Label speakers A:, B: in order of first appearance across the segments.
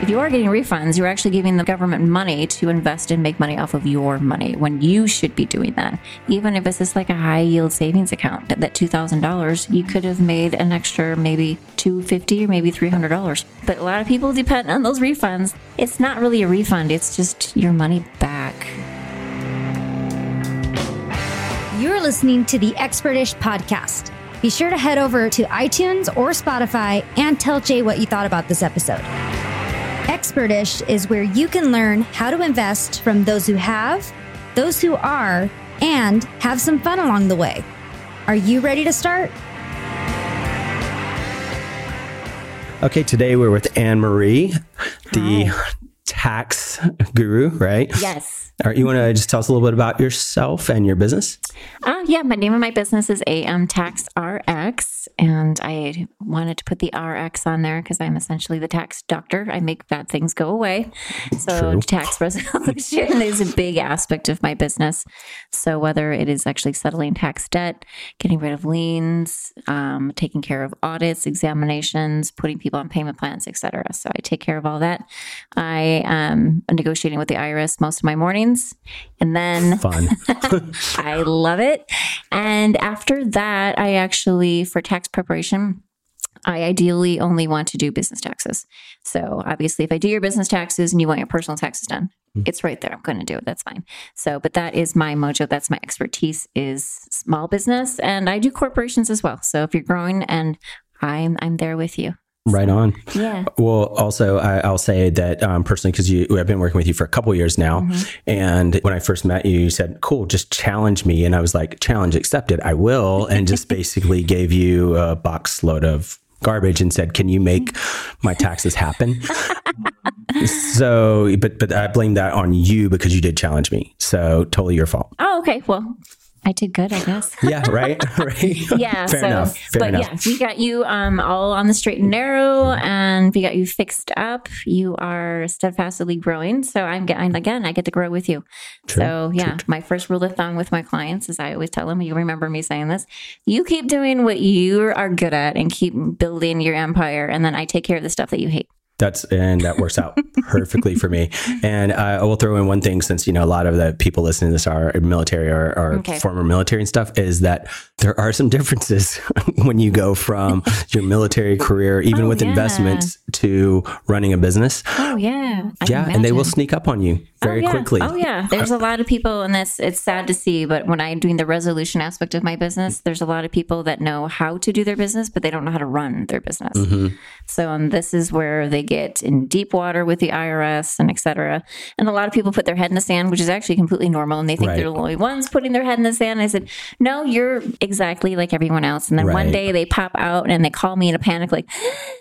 A: If you are getting refunds, you're actually giving the government money to invest and make money off of your money when you should be doing that. Even if it's just like a high yield savings account, that $2,000, you could have made an extra maybe 250 or maybe $300. But a lot of people depend on those refunds. It's not really a refund, it's just your money back.
B: You're listening to the Expertish podcast. Be sure to head over to iTunes or Spotify and tell Jay what you thought about this episode. Expertish is where you can learn how to invest from those who have, those who are, and have some fun along the way. Are you ready to start?
C: Okay, today we're with Anne Marie, the tax guru, right?
A: Yes.
C: All right, you want to just tell us a little bit about yourself and your business?
A: Uh, yeah, my name of my business is AM Tax RX, and I wanted to put the RX on there because I'm essentially the tax doctor. I make bad things go away. So
C: True.
A: tax resolution is a big aspect of my business. So whether it is actually settling tax debt, getting rid of liens, um, taking care of audits, examinations, putting people on payment plans, etc. So I take care of all that. I am negotiating with the IRS most of my mornings, and then.
C: Fun.
A: I love it. And after that, I actually, for tax preparation, I ideally only want to do business taxes. So obviously, if I do your business taxes and you want your personal taxes done, it's right there. I'm going to do it. That's fine. So, but that is my mojo. That's my expertise is small business, and I do corporations as well. So if you're growing, and I'm I'm there with you.
C: right on.
A: Yeah.
C: Well, also, I, I'll say that um, personally, because you, I've been working with you for a couple years now.
A: Mm-hmm.
C: And when I first met you, you said, cool, just challenge me. And I was like, challenge accepted. I will. And just basically gave you a box load of garbage and said, can you make my taxes happen? so, but, but I blame that on you because you did challenge me. So totally your fault.
A: Oh, okay. Well, I did good, I guess.
C: Yeah. Right. right.
A: yeah
C: Fair
A: so
C: enough. Fair
A: but
C: enough.
A: yeah we got you um all on the straight and narrow and we got you fixed up you are steadfastly growing so i'm getting again i get to grow with you so yeah my first rule of thumb with my clients is i always tell them you remember me saying this you keep doing what you are good at and keep building your empire and then i take care of the stuff that you hate
C: That's and that works out perfectly for me. And I will throw in one thing since you know a lot of the people listening to this are military or, or
A: Okay.
C: former military and stuff is that there are some differences when you go from your military career, even
A: Oh,
C: with
A: yeah.
C: investments, to running a business.
A: oh yeah I
C: yeah, and they will
A: imagine.
C: sneak up on you very
A: oh, yeah.
C: quickly.
A: Oh yeah, there's a lot of people, and that's it's sad to see. But when I'm doing the resolution aspect of my business, there's a lot of people that know how to do their business, but they don't know how to run their business.
C: Mm-hmm.
A: So um, this is where they get in deep water with the IRS and et cetera. And a lot of people put their head in the sand, which is actually completely normal, and they think
C: Right.
A: they're the only ones putting their head in the sand. I said, no, you're exactly like everyone else. And then one
C: Right.
A: day they pop out and they call me in a panic, like,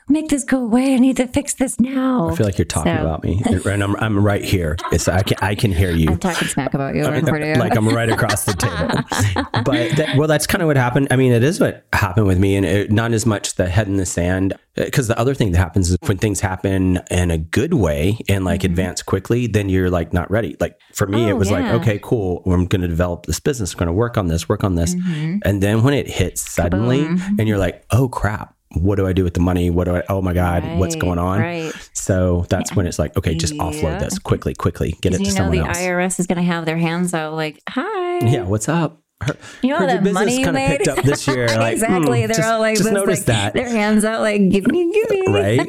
A: make this go away. I need to fix this now.
C: I feel like you're talking
A: So-
C: about me, and I'm I'm right here. It's I can I can hear you.
A: I'm talking smack about you. on radio.
C: like I'm right across the table. but that, well, that's kind of what happened. I mean, it is what happened with me, and it, not as much the head in the sand. Because the other thing that happens is when things happen in a good way and like advance quickly, then you're like not ready. Like for me,
A: Mm-hmm. Oh,
C: it was
A: yeah.
C: like okay, cool. I'm going to develop this business. I'm going to work on this. Work on this.
A: Mm-hmm.
C: And then when it hits suddenly, and you're like, oh crap. What do I do with the money? What do I? Oh my God! What's
A: Right,
C: going on?
A: right.
C: So that's when it's like, okay, just offload
A: Yeah.
C: this quickly, quickly, get
A: Because
C: it to
A: you know the
C: someone else.
A: IRS is going to have their hands out, like, "Hi,
C: Yeah, what's up? Her,
A: you know
C: her
A: that
C: business
A: money you
C: kinda
A: made."
C: picked up this year. like,
A: exactly.
C: hmm,
A: They're
C: just,
A: all like,
C: just
A: this,
C: notice
A: like,
C: that,
A: Their hands out, like, "Give me, give me."
C: right?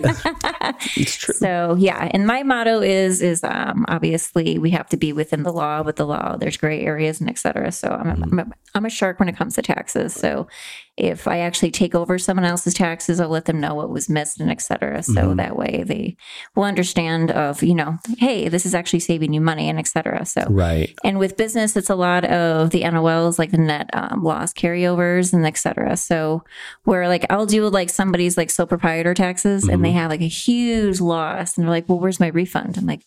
C: it's true.
A: So yeah, and my motto is is um, obviously we have to be within the law, but the law there's gray areas and et cetera. So I'm, I'm, a, I'm a shark when it comes to taxes. So if I actually take over someone else's taxes, I'll let them know what was missed and et cetera. So that way they will understand of you know, hey, this is actually saving you money and et cetera. So
C: Right.
A: and with business, it's a lot of the NOLs, like the net um, loss carryovers and et cetera. So where like I'll do like somebody's like sole proprietor taxes and
C: Mm-hmm.
A: they have like a huge loss and they're like, well, where's my refund? I'm like,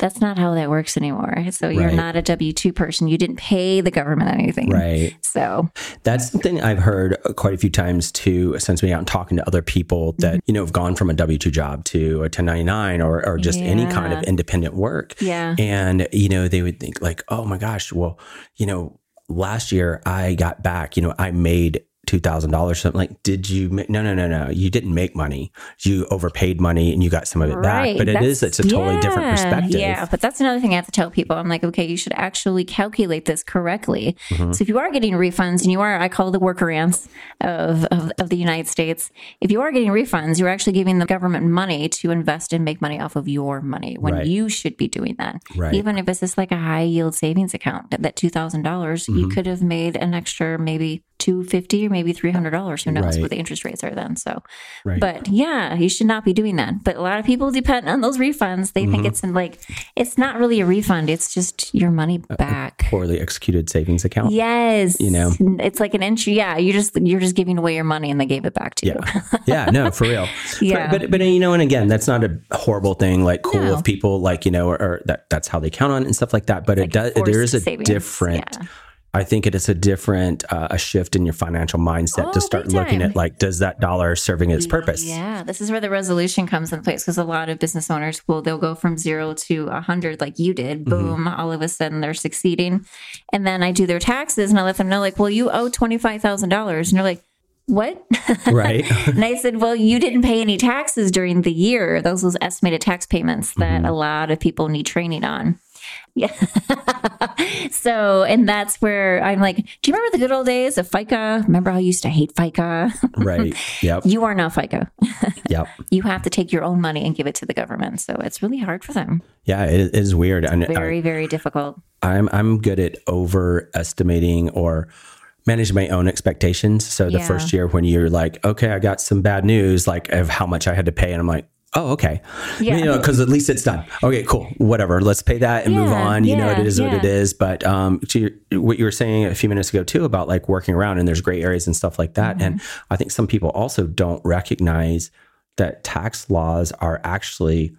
A: that's not how that works anymore. So you're
C: Right.
A: not a W 2 person. You didn't pay the government anything.
C: Right.
A: So
C: That's something I've heard quite a few times too, since being out and talking to other people that,
A: Mm-hmm.
C: you know, have gone from a W 2 job to a 1099 or, or just any kind of
A: Yeah.
C: independent work.
A: yeah.
C: And, you know, they would think like, oh my gosh, well, you know, last year I got back, you know, I made $2,000 something like, did you, ma- no, no, no, no, you didn't make money. You overpaid money and you got some of it
A: Right.
C: back, but it is,
A: That's-
C: it's a totally different
A: yeah,
C: perspective.
A: Yeah. But that's another thing I have to tell people. I'm like, okay, you should actually calculate this correctly.
C: Mm-hmm.
A: So if you are getting refunds and you are, I call the worker ants of, of, of the United States. If you are getting refunds, you're actually giving the government money to invest and make money off of your money when
C: Right.
A: you should be doing that.
C: Right.
A: Even if it's just like a high yield savings account, that, that $2,000, dollars you
C: Mm-hmm.
A: could have made an extra maybe 250 or maybe $300. Who knows what
C: Right.
A: the interest rates are then. So,
C: Right.
A: but yeah, you should not be doing that. But a lot of people depend on those refunds. They
C: Mm-hmm.
A: think it's in like it's not really a refund. It's just your money back.
C: Poorly executed savings account.
A: Yes,
C: Uh, You know.
A: it's like an entry. Yeah, you just you're just giving away your money, and they gave it back to you.
C: Yeah. Yeah, no, for real.
A: Yeah.
C: But, but but, you know, and again, that's not a horrible thing. Like cool
A: No.
C: if people like, you know, or, or that that's how they count on it and stuff like that. But it does
A: forced
C: there is a
A: savings.
C: different
A: Yeah.
C: I think it is a different uh, a shift in your financial mindset
A: Oh,
C: to start
A: big
C: looking
A: time.
C: at like does that dollar serving its purpose?
A: Yeah, this is where the resolution comes in place because a lot of business owners will they'll go from zero to a hundred like you did.
C: Mm-hmm.
A: Boom! All of a sudden they're succeeding, and then I do their taxes and I let them know like, well, you owe twenty five thousand dollars, and they're like, what?
C: Right.
A: and I said, well, you didn't pay any taxes during the year. Those was estimated tax payments
C: Mm-hmm.
A: that a lot of people need training on. Yeah. so, and that's where I'm like, do you remember the good old days of FICA? Remember how I used to hate FICA?
C: right. Yep.
A: you are now FICA
C: Yep.
A: you have to take your own money and give it to the government. So it's really hard for them.
C: Yeah. It, it is weird. And I,
A: Very, very difficult.
C: I'm I'm good at overestimating or managing my own expectations. So the
A: Yeah.
C: first year when you're like, okay, I got some bad news, like of how much I had to pay, and I'm like, oh, okay,
A: Yeah.
C: you know, because at least it's done. Okay, cool, whatever. Let's pay that and move
A: Yeah,
C: on. You know,
A: yeah,
C: it is what it
A: yeah.
C: is. But um, to your, what you were saying a few minutes ago too about like working around and there's gray areas and stuff like that. And
A: Mm-hmm.
C: I think some people also don't recognize that tax laws are actually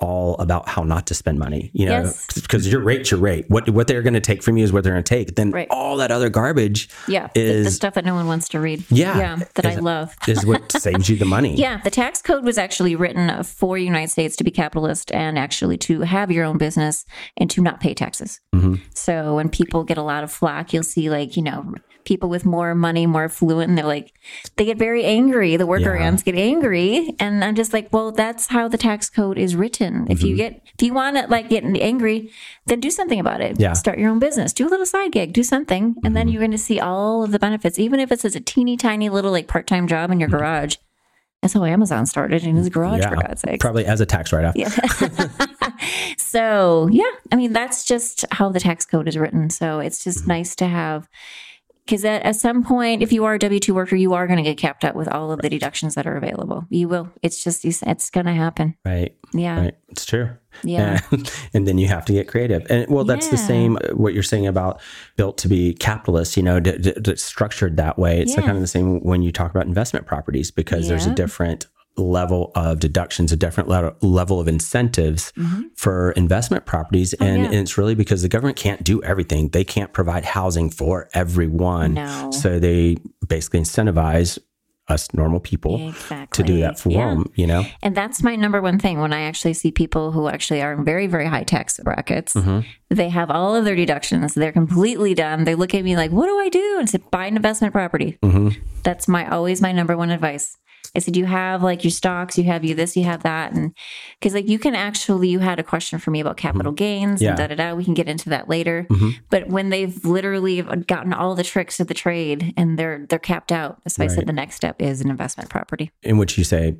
C: all about how not to spend money, you know,
A: Yes.
C: because your rate's your rate. What what they're going to take from you is what they're going to take. Then
A: Right.
C: all that other garbage
A: Yeah. the, the
C: is
A: stuff that no one wants to read.
C: Yeah.
A: Yeah. That I
C: Is-
A: love.
C: is what saves you the money.
A: Yeah, the tax code was actually written for United States to be capitalist and actually to have your own business and to not pay taxes.
C: Mm-hmm.
A: So when people get a lot of flack, you'll see like you know people with more money, more affluent, and they're like they get very angry. The worker
C: Yeah.
A: ants get angry, and I'm just like, well, that's how the tax code is written. If
C: Mm-hmm.
A: you get if you want to like get angry, then do something about it.
C: Yeah. Mm-hmm.
A: start your own business, do a little side gig, do something, and then you're going to see all of the benefits, even if it's as a teeny tiny little like part time job in your
C: Mm-hmm.
A: garage. That's how Amazon started in
C: Mm,
A: his garage, for God's sake.
C: Probably as a tax write off.
A: Yeah. so, yeah, I mean, that's just how the tax code is written. So, it's just
C: Mm-hmm.
A: nice to have, because at, at some point, if you are a W 2 worker, you are going to get capped out with all of the deductions that are available. You will. It's just, it's, it's going to happen.
C: Right.
A: Yeah.
C: Right. It's true.
A: Yeah.
C: And, and then you have to get creative. And well, that's the
A: Yeah.
C: same, uh, what you're saying about built to be capitalist, you know, d- d- d- structured that way. It's
A: Yeah.
C: kind of the same when you talk about investment properties because there's a
A: Yeah.
C: different level of deductions, a different le- level of incentives for investment properties. and,
A: Mm-hmm. Oh, yeah.
C: and it's really because the government can't do everything. They can't provide housing for everyone.
A: No.
C: So they basically incentivize us normal people
A: Exactly.
C: to do that for
A: Yeah.
C: them, you know?
A: And that's my number one thing when I actually see people who actually are in very, very high tax brackets.
C: Mm-hmm.
A: They have all of their deductions. They're completely done. They look at me like, what do I do? And I said, buy an investment property.
C: Mm-hmm.
A: That's my always my number one advice. I said, you have like your stocks, you have you this, you have that. And because like you can actually, you had a question for me about capital gains
C: Mm-hmm. Yeah. Mm-hmm.
A: and da da da. We can get into that later. But when they've literally uh, gotten all the tricks of the trade and they're they're capped out. So I said
C: Right.
A: the next step is an investment property.
C: in which you say,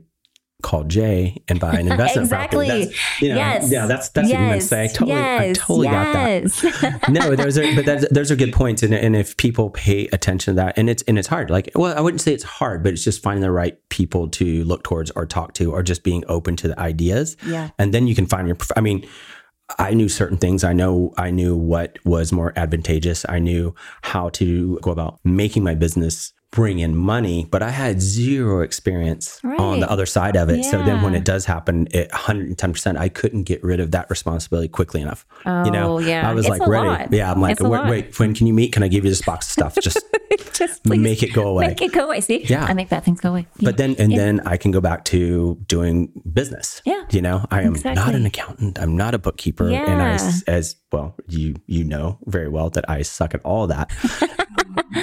C: call Jay and buy an investment
A: Exactly.
C: property. That's, you know,
A: yes.
C: Yeah, that's that's what you meant to say. I totally,
A: yes.
C: I totally got that.
A: yes. got that.
C: No, those are but that's, those are good points, and and if people pay attention to that, and it's and it's hard. Like, well, I wouldn't say it's hard, but it's just finding the right people to look towards or talk to, or just being open to the ideas.
A: Yeah.
C: and then you can find your. prof- I mean. I knew certain things. I know I knew what was more advantageous. I knew how to go about making my business bring in money, but I had zero experience on
A: Right.
C: the other side of it. So then when
A: Yeah.
C: it does happen, it 110%, I couldn't get rid of that responsibility quickly enough. you know,
A: Oh, yeah.
C: I was
A: It's
C: like
A: a
C: ready.
A: lot.
C: Yeah. I'm like,
A: It's a
C: wait,
A: lot.
C: wait, when can you meet? Can I give you this box of stuff? Just
A: Just please
C: make it go away.
A: make it go away. See,
C: Yeah.
A: I make bad things go away. Yeah.
C: But then, and then I can go back to doing business.
A: Yeah.
C: You know, I am not
A: Exactly.
C: an accountant. I'm not a bookkeeper. And I, s- as well, you, you know very well that I suck at all that.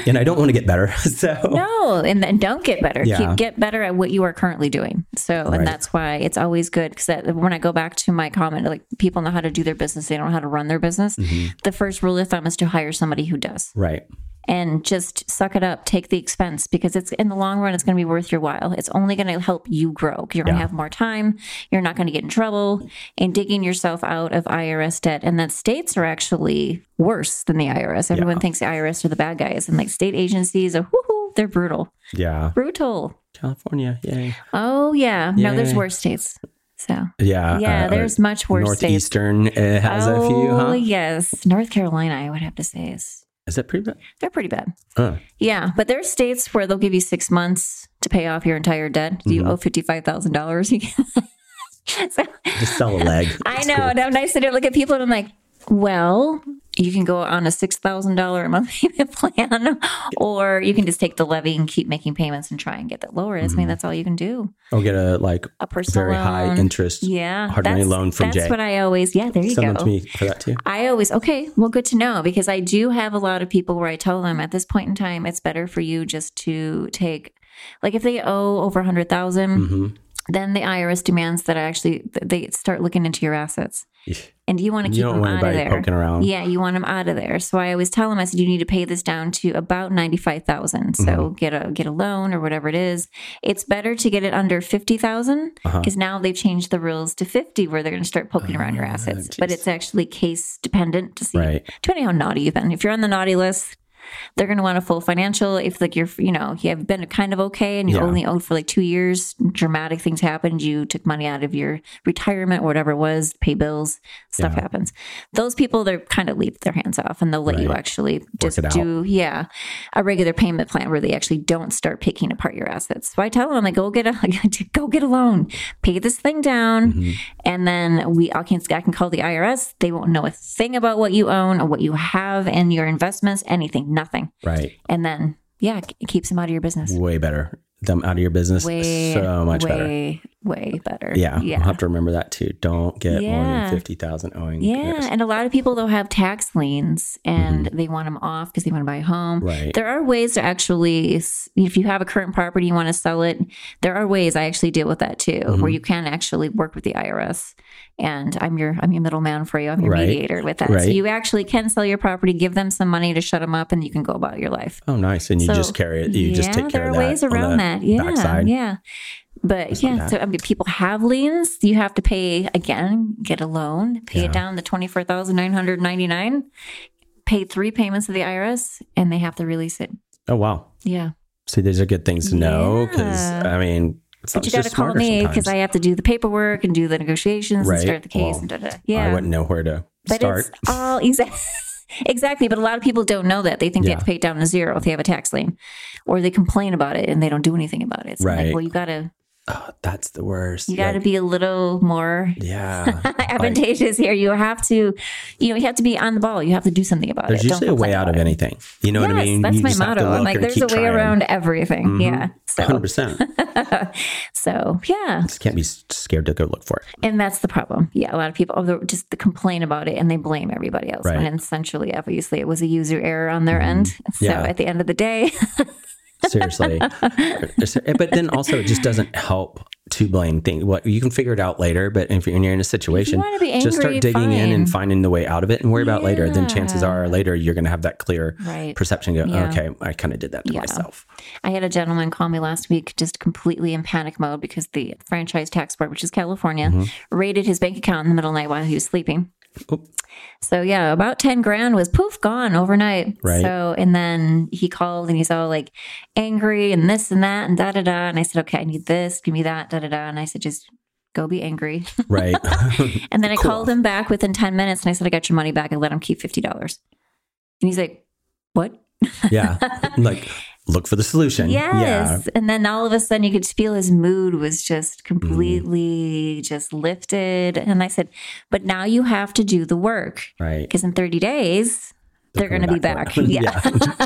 C: and I don't want to get better. So
A: No, and then don't get better.
C: Oh. Yeah.
A: Keep get better at what you are currently doing. So, and
C: Right.
A: that's why it's always good because when I go back to my comment, like people know how to do their business, they don't know how to run their business.
C: Mm-hmm.
A: The first rule of thumb is to hire somebody who does
C: right,
A: and just suck it up, take the expense because it's in the long run, it's going to be worth your while. It's only going to help you grow. You're going to
C: Yeah.
A: have more time. You're not going to get in trouble and digging yourself out of IRS debt. And that states are actually worse than the IRS. Everyone
C: Yeah.
A: thinks the IRS are the bad guys, and like state agencies are whoo they're brutal,
C: yeah,
A: brutal.
C: California, yay,
A: Oh yeah, no, there's
C: Yay.
A: worse states. So
C: yeah,
A: yeah,
C: uh,
A: there's much worse states.
C: Northeastern uh, has
A: oh
C: a few, huh?
A: yes, North Carolina, I would have to say is
C: Is that pretty bad?
A: they're pretty bad.
C: Uh,
A: Yeah, but there are states where they'll give you six months to pay off your entire debt. If You
C: Mhm.
A: owe fifty five thousand dollars. You can- so,
C: just sell a leg.
A: I
C: It's
A: know,
C: cool.
A: and I'm nice to look at people and I'm like, well, you can go on a six thousand dollar a month payment plan, or you can just take the levy and keep making payments and try and get that lower.
C: Mm-hmm.
A: I mean, that's all you can do.
C: Or get a like
A: A personal
C: very high
A: loan.
C: interest
A: Yeah,
C: hard money
A: that's-
C: loan from
A: That's
C: Jay.
A: what I always. Yeah, there you
C: Send
A: go.
C: them to me for that too.
A: I always, okay, well, good to know because I do have a lot of people where I tell them at this point in time, it's better for you just to take, like, if they owe over a 100,000,
C: Mhm.
A: then the IRS demands that I actually, that they start looking into your assets. And you want to keep
C: You don't
A: them
C: want
A: out of
C: anybody
A: there.
C: poking around.
A: Yeah, you want them out of there. So I always tell them, I said, you need to pay this down to about ninety five thousand. So
C: Mm-hmm.
A: get a get a loan or whatever it is. It's better to get it under fifty thousand
C: Uh-huh.
A: because now they've changed the rules to fifty, where they're going to start poking around your assets. But it's actually case dependent to see,
C: Ah, Right.
A: depending how naughty you've been. If you're on the naughty list. They're going to want a full financial. If like you're, you know, you have been kind of okay and you
C: Yeah.
A: only owed for like two years, dramatic things happened. You took money out of your retirement, whatever it was, pay bills, stuff happens. Those people, they're kind of leave their hands off and they'll let you
C: Right.
A: actually just
C: it out.
A: do, yeah, a regular payment plan where they actually don't start picking apart your assets. So I tell them, like, go get a, go get a loan, pay this thing down,
C: Mm-hmm.
A: and then we, I can, I can call the IRS. They won't know a thing about what you own or what you have in your investments, anything, nothing.
C: Right.
A: And then, yeah, it keeps them out of your business.
C: Way better. Them out of your business.
A: Way,
C: so much better.
A: way, way better.
C: Yeah.
A: yeah.
C: I'll have to remember that too. Don't get more
A: Yeah.
C: than 50,000 owing.
A: Yeah, and a lot of people though have tax liens and
C: Mm-hmm.
A: they want them off because they want to buy a home.
C: Right.
A: There are ways to actually, s- if you have a current property you want to sell it, there are ways. I actually deal with that too,
C: Mm-hmm.
A: where you can actually work with the IRS, and I'm your I'm your middleman for you. I'm your
C: Right.
A: mediator with that. So
C: Right.
A: you actually can sell your property, give them some money to shut them up, and you can go about your life.
C: Oh, nice. And you
A: So,
C: just carry it. Uh, You just take care
A: there
C: of
A: are
C: that.
A: ways
C: on
A: around
C: the
A: that. Yeah,
C: Backside.
A: yeah. But yeah, so I mean, people have liens. You have to pay again, get a loan, pay it
C: Yeah.
A: down to twenty four thousand nine hundred ninety nine, pay three payments of the IRS, and they have to release it.
C: Oh, wow.
A: Yeah,
C: See, these are good things to know because,
A: Yeah.
C: I mean,
A: but you got to call me because I have to do the paperwork and do the negotiations
C: Right.
A: and start the case
C: Well,
A: and da da.
C: I
A: Yeah,
C: wouldn't know where to
A: but
C: start.
A: it's all exactly. Exactly, but a lot of people don't know that. They think they have
C: Yeah.
A: to pay it down to zero if they have a tax lien, or they complain about it and they don't do anything about it. So I'm like,
C: Right.
A: well, you gotta
C: Oh, that's the worst.
A: you got to
C: Like,
A: be a little more
C: yeah. Like,
A: advantageous here. You have to, you know, you have to be on the ball. You have to do something about
C: there's
A: it. Don't
C: usually a way
A: complain
C: out of
A: about it.
C: anything. You know what I
A: yes,
C: mean?
A: that's
C: you
A: my
C: just have to
A: motto. I'm
C: look
A: like,
C: and
A: there's a
C: keep
A: way
C: trying. Mm-hmm.
A: around everything. Yeah. So,
C: 100%.
A: so yeah,
C: just can't be s- scared to go look for it.
A: and that's the problem. Yeah, a lot of people oh, they're- just they complain about it and they blame everybody else.
C: Right. Mm-hmm.
A: And essentially, obviously, it was a user error on their end. So
C: Yeah.
A: at the end of the day,
C: Seriously. but then also, it just doesn't help to blame things. What you can figure it out later, but if you're, when you're in a situation,
A: wanna be
C: just start
A: angry,
C: digging in and
A: fine.
C: finding the way out of it and worry about later. Then chances
A: Yeah.
C: are later you're going to have that clear
A: Right.
C: perception. Go,
A: Yeah.
C: okay, I kind of did that to
A: Yeah.
C: myself.
A: I had a gentleman call me last week just completely in panic mode because the franchise tax board, which is California,
C: Mm-hmm.
A: raided his bank account in the middle of the night while he was sleeping.
C: Oop.
A: So yeah, about 10 grand was poof gone overnight.
C: Right.
A: So and then he called and he's all like angry and this and that and da da da. And I said, Okay, I need this, give me that, da da da. And I said, just go be angry.
C: Right.
A: And then I
C: Cool.
A: called him back within 10 minutes and I said, I got your money back and let him keep fifty dollars. And he's like, What?
C: yeah. Like, look for the solution. Yeah.
A: Yes. And then all of a sudden you could feel his mood was just
C: Mm-hmm.
A: completely just lifted. And I said, but now you have to do the work
C: Right.
A: because in 30 days, they're going to be back.
C: for it.
A: Yeah.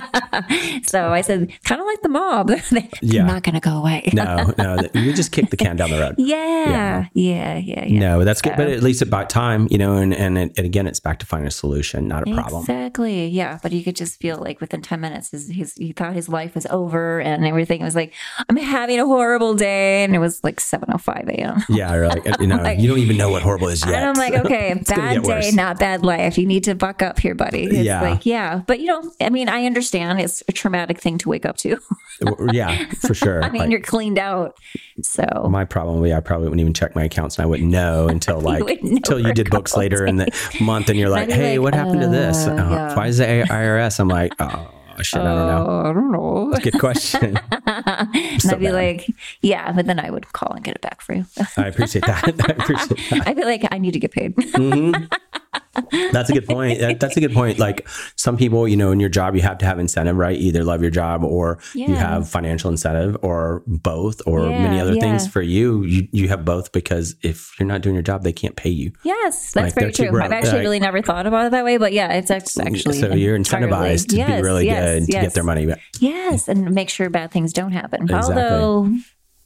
A: so I said, kind of like the mob. they're
C: Yeah.
A: not going to go away.
C: no, no, th- we just kick the can down the road.
A: Yeah. Yeah. Yeah. Yeah.
C: No, that's good. But at least about time, you know, and, and, it, and again, it's back to find a solution, not a problem.
A: Exactly. Yeah. But you could just feel like within 10 minutes, his, his, he thought his life was over and everything. It was like, I'm having a horrible day. And it was like 7.05 a.m.
C: Yeah, or like, you know,
A: Like-
C: you don't even know what horrible is yet.
A: And I'm like, okay,
C: gonna
A: bad
C: get worse.
A: day, not bad life. You need to buck up here, buddy. It's
C: Yeah.
A: like, yeah. But you know, I mean, I understand it's a traumatic thing to wake up to.
C: W- yeah, for sure.
A: I mean,
C: Like,
A: you're cleaned out. So
C: my problem would be I probably wouldn't even check my accounts and I wouldn't know until like
A: wouldn't know
C: until
A: for
C: you
A: a
C: did books
A: couple
C: later in the month and you're like,
A: Then you're
C: hey,
A: like,
C: what happened to this?
A: uh,
C: Uh,
A: yeah.
C: Why is the A- IRS? I'm like, oh shit, I don't know.
A: I don't know.
C: Good question.
A: Oh. and
C: So
A: I'd be
C: bad.
A: like, yeah, but then I would call and get it back for you.
C: I appreciate that. I appreciate that.
A: I'd be like, I need to get paid.
C: That's a good point. That, that's a good point. Like some people, you know, in your job, you have to have incentive, right? Either love your job or you
A: Yeah.
C: have financial incentive or both or many
A: Yeah,
C: other things.
A: yeah.
C: For you, you, you have both because if you're not doing your job, they can't pay you.
A: yes,
C: Like,
A: that's
C: they're
A: very
C: too
A: true.
C: broke.
A: I've actually
C: Like-
A: really never thought about it that way, but yeah, it's act- actually
C: so you're
A: entirely-
C: incentivized to
A: Yes,
C: be really
A: yes,
C: good to
A: yes.
C: get their money uh, back.
A: Yes, and make sure bad things don't happen.
C: Exactly.
A: Although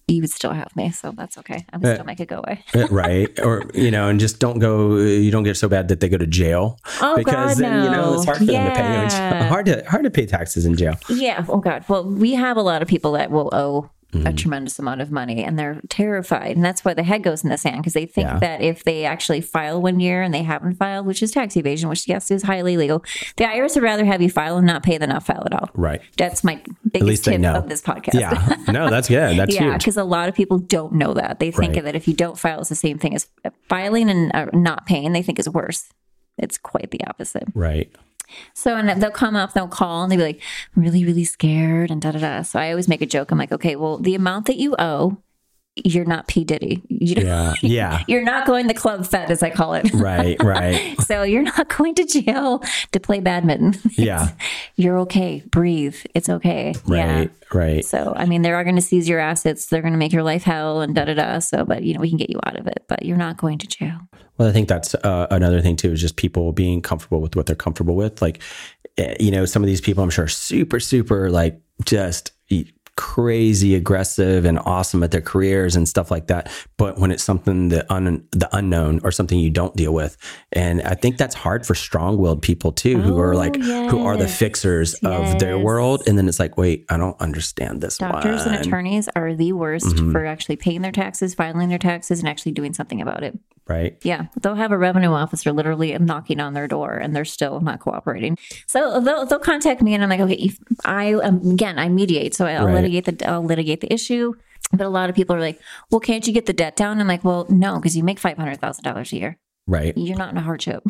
A: you would still have me, so that's okay. I'm
C: Yeah.
A: still make it go away.
C: Uh, right or you know and just don't go you don't get so bad that they go to jail
A: Oh,
C: because
A: God,
C: then you know
A: no.
C: it's hard for them to pay you
A: Yeah.
C: know, hard to hard to pay taxes in jail
A: Yeah. Oh God. Well, we have a lot of people that will owe
C: Mm-hmm.
A: a tremendous amount of money, and they're terrified, and that's why the head goes in the sand because they think
C: Yeah.
A: that if they actually file one year and they haven't filed, which is tax evasion, which yes is highly illegal, the IRS would rather have you file and not pay than not file at all.
C: right
A: That's my biggest
C: least they
A: tip
C: know.
A: of this podcast.
C: yeah no that's good that's
A: Yeah,
C: huge
A: because a lot of people don't know that. They think
C: Right.
A: that if you don't file, it's the same thing as filing and uh, not paying. They think is worse. It's quite the opposite.
C: right
A: So and they'll come up, they'll call, and they'll be like, "I'm really, really scared," and da da da. So I always make a joke. I'm like, "Okay, well, the amount that you owe, you're not P Diddy. You don't,
C: yeah yeah
A: You're not going the club fed, as I call it.
C: right right
A: so you're not going to jail to play badminton.
C: yeah
A: You're okay. Breathe. It's okay.
C: right right
A: So I mean, they are going to seize your assets. They're going to make your life hell and da da da. So, but you know, we can get you out of it. But you're not going to jail.
C: Well, I think that's uh, another thing too is just people being comfortable with what they're comfortable with. Like, eh, you know, some of these people I'm sure are super, super like just e- crazy aggressive and awesome at their careers and stuff like that. But when it's something the un the unknown or something you don't deal with, and I think that's hard for strong willed people too, who are
A: Oh,
C: like who are the
A: yes.
C: fixers of their
A: Yes.
C: world, and then it's like, wait, I don't understand this
A: Doctors
C: one.
A: and attorneys are the worst
C: Mm-hmm.
A: for actually paying their taxes, filing their taxes, and actually doing something about it.
C: right?
A: Yeah, they'll have a revenue officer literally knocking on their door, and they're still not cooperating. So they'll, they'll contact me, and I'm like, okay, if I um, again I mediate, so I'll
C: Right.
A: litigate the I'll litigate the issue. But a lot of people are like, well, can't you get the debt down? I'm like, well, no, because you make five hundred thousand dollars a year.
C: Right.
A: You're not in a hardship.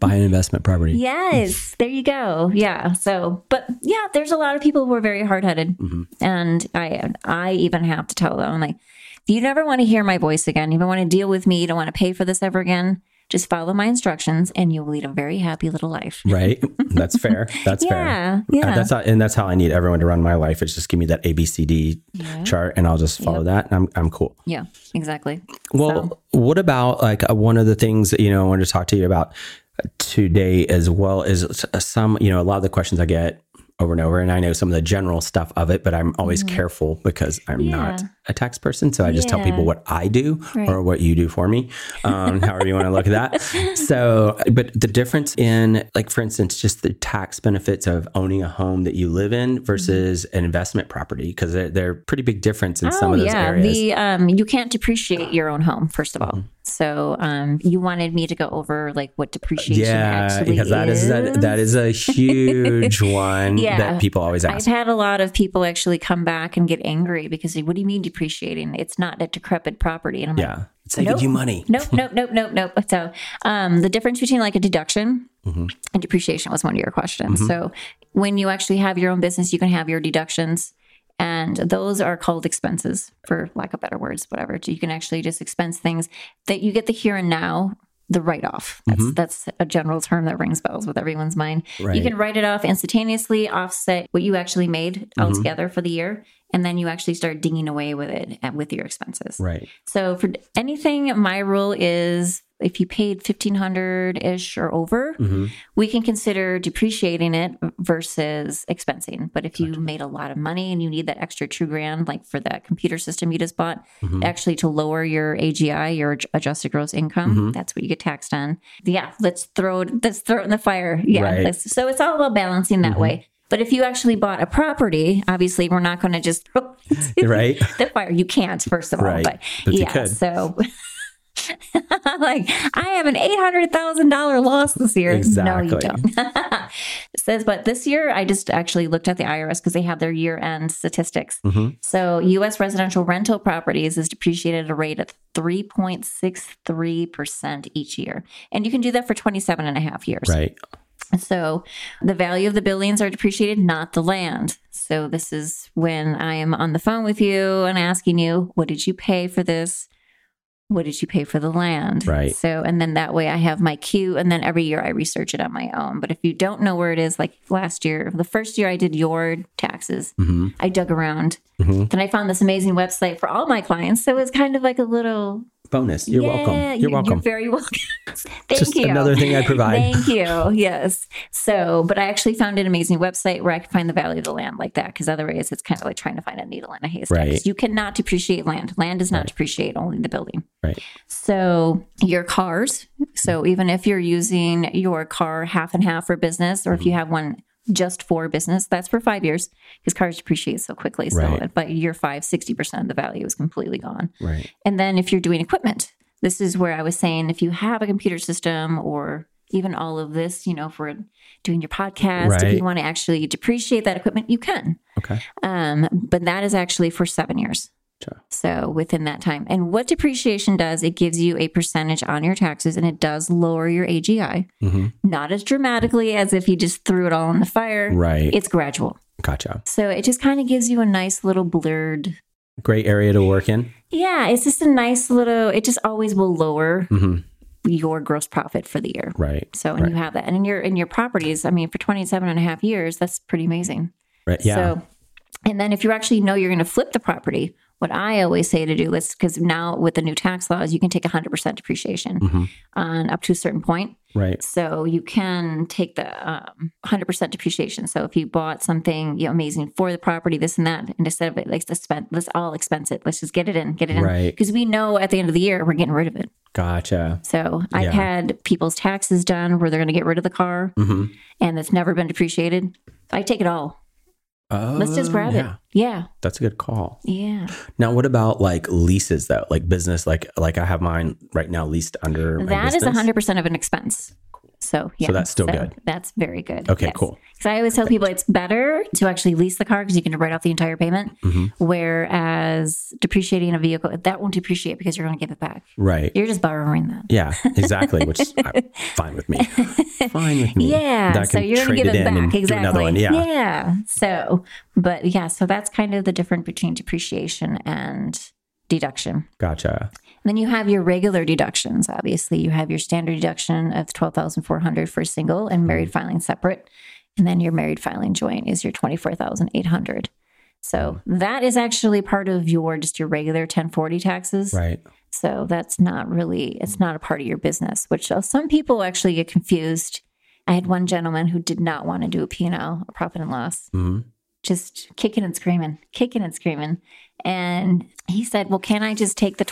C: Buy an investment property.
A: Yes, there you go. Yeah. So, but yeah, there's a lot of people who are very hard headed,
C: Mm-hmm.
A: and I I even have to tell them I'm like, if you never want to hear my voice again, you don't want to deal with me, you don't want to pay for this ever again. Just follow my instructions, and you'll lead a very happy little life.
C: right that's fair that's
A: Yeah,
C: fair
A: yeah.
C: Uh, that's how, and that's how i need everyone to run my life is just give me that abcd chart and i'll just follow that and i'm, I'm cool
A: Yeah, exactly.
C: well what about like uh, one of the things that you know i wanted to talk to you about today as well is s- uh, some you know a lot of the questions i get over and over and i know some of the general stuff of it but i'm always careful because i'm not
A: Mm-hmm. Yeah.
C: a tax person so i just tell
A: Yeah.
C: people what i do
A: Right.
C: or what you do for me um, however you want to look at that so but the difference in like for instance just the tax benefits of owning a home that you live
A: Mm-hmm.
C: in versus an investment property because they're, they're pretty big difference in some of those
A: Oh,
C: areas Mm-hmm.
A: The um, you can't depreciate your own home, first of all. So um, you wanted me to go over like what depreciation
C: yeah
A: actually
C: because that is, that, that is a huge one
A: Yeah.
C: that people always
A: I've
C: ask
A: had a lot of people actually come back and get angry because they, what do you mean depreciating? It's not a decrepit property. And I'm like,
C: yeah it's saving
A: Nope.
C: you money
A: nope, nope, nope, nope, nope. So um, the difference between like a deduction and depreciation was one of your questions. So when you actually have your own business, you can have your deductions. And those are called expenses, for lack of better words, whatever. You can actually just expense things that you get the here and now, the write off. That's, that's a general term that rings bells with everyone's mind. You
C: Right.
A: can write it off instantaneously, offset what you actually made altogether for the year, and then you actually start dinging away with it uh, with your expenses.
C: right
A: So for anything, my rule is if you paid 1500 ish or over,
C: Mm-hmm.
A: we can consider depreciating it versus expensing. But if you made a lot of money and you need that extra two grand, like for that computer system you just bought,
C: Mm-hmm.
A: actually to lower your AGI, your ad- adjusted gross income,
C: Mm-hmm.
A: that's what you get taxed on. Yeah, let's throw it, let's throw it in the fire. Yeah.
C: Right. Mm-hmm.
A: let's- so it's all about balancing that way. But if you actually bought a property, obviously we're not going to just throw it into
C: Right.
A: the fire. You can't, first of all.
C: Right.
A: But,
C: But you
A: yeah,
C: could.
A: so like I have an eight hundred thousand dollar loss this year. No,
C: Exactly.
A: you don't. It says, but this year I just actually looked at the IRS because they have their year end statistics.
C: Mm-hmm.
A: So U.S. residential rental properties is depreciated at a rate of three point six three percent each year, and you can do that for 27 and a half years.
C: Right.
A: So the value of the buildings are depreciated, not the land. So this is when I am on the phone with you and asking you, what did you pay for this? What did you pay for the land?
C: Right.
A: So, and then that way I have my queue, and then every year I research it on my own. But if you don't know where it is, like last year, the first year I did your taxes,
C: Mm-hmm,
A: I dug around. Then I found this amazing website for all my clients. So it was kind of like a little
C: Bonus. You're
A: yeah,
C: welcome. You're, welcome.
A: You're very welcome. Thank
C: Just
A: you.
C: another thing I provide.
A: Thank you. Yes. So, but I actually found an amazing website where I could find the value of the land like that because otherwise it's kind of like trying to find a needle in a haystack.
C: Right.
A: You cannot depreciate land. Land does not depreciate, only the building.
C: Right.
A: So, your cars. So, even if you're using your car half and half for business, or if
C: Mm-hmm.
A: you have one just for business, that's for five years because cars depreciate so quickly. So,
C: Right.
A: but year five, 60% of the value is completely gone.
C: Right.
A: And then if you're doing equipment, this is where I was saying if you have a computer system or even all of this, you know, if we're doing your podcast, if
C: Right.
A: you want to actually depreciate that equipment, you can.
C: Okay.
A: Um, but that is actually for seven years.
C: Sure.
A: So within that time. And what depreciation does, it gives you a percentage on your taxes and it does lower your AGI.
C: hmm
A: Not as dramatically as if you just threw it all in the fire.
C: Right.
A: It's gradual.
C: gotcha.
A: So it just kind of gives you a nice little blurred.
C: Great area to work in.
A: Yeah, it's just a nice little, it just always will lower
C: hmm
A: your gross profit for the year.
C: Right.
A: So and you have that. And in your in your properties, I mean for 27 and a half years, that's pretty amazing.
C: Right. Yeah.
A: So and then if you actually know you're going to flip the property, what I always say to do, let's because now with the new tax laws, you can take 100% depreciation
C: Mhm.
A: on up to a certain point.
C: right.
A: So you can take the um, 100% depreciation. So if you bought something you know, amazing for the property, this and that, and instead of it, let's just spend, let's all expense it. Let's just get it in, get it in,
C: Right.
A: Because we know at the end of the year we're getting rid of it.
C: Gotcha.
A: So I've
C: Yeah.
A: had people's taxes done where they're going to get rid of the car
C: Mhm.
A: and it's never been depreciated. I take it all.
C: Oh,
A: Let's just grab
C: yeah.
A: it. Yeah.
C: That's a good call.
A: Yeah.
C: Now, what about like leases though? Like business, like like I have mine right now leased under my
A: That is
C: business.
A: 100% of an expense. So, yeah.
C: that's still good.
A: That's very good.
C: Okay, cool.
A: Because I always tell people it's better to actually lease the car because you can write off the entire payment.
C: Mm-hmm.
A: Whereas depreciating a vehicle, that won't depreciate because you're going to give it back.
C: Right.
A: You're just borrowing that.
C: Yeah, exactly. Which is uh, fine with me. Fine with me.
A: Yeah.
C: That I
A: so
C: can
A: you're gonna
C: trade
A: give it,
C: in and
A: back.
C: do
A: Exactly.
C: another one. Yeah.
A: So but yeah, so that's kind of the difference between depreciation and deduction.
C: Gotcha.
A: And then you have your regular deductions, obviously. You have your standard deduction of twelve thousand four hundred for single and married filing separate. And then your married filing joint is your twenty four thousand eight hundred. So that is actually part of your just your regular 1040 taxes.
C: Right.
A: So that's not really, it's not a part of your business, which uh, some people actually get confused. I had one gentleman who did not want to do a P&L, a profit and loss,
C: hmm
A: just kicking and screaming, kicking and screaming. And he said, well, can I just take the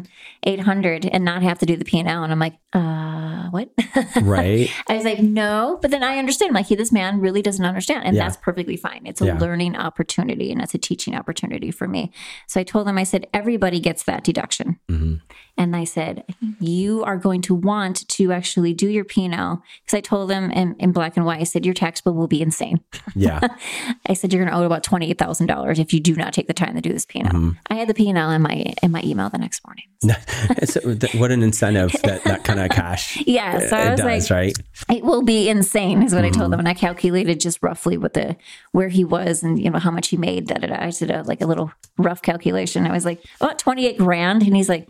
A: 24,800 and not have to do the P&L? And I'm like, uh, what?
C: Right.
A: I was like, no, but then I understand. I'm like, he, this man really doesn't understand, and
C: Yeah.
A: that's perfectly fine. It's a
C: Yeah.
A: learning opportunity, and it's a teaching opportunity for me. So I told him, I said, everybody gets that deduction,
C: Mm-hmm.
A: and I said, you are going to want to actually do your P and L because I told him in, in black and white. I said, your tax bill will be insane.
C: yeah.
A: I said, you're going to owe about twenty eight thousand dollars if you do not take the time to do this P and
C: Mm-hmm.
A: L. I had the P and L in my in my email the next morning.
C: so uh, th- what an incentive that that kind of cash.
A: Yeah, so I
C: it
A: was
C: does,
A: like,
C: right? Mm-hmm.
A: it will be insane is what i told them and i calculated just roughly what the where he was and you know how much he made that i did a, like a little rough calculation i was like about 28 grand and he's like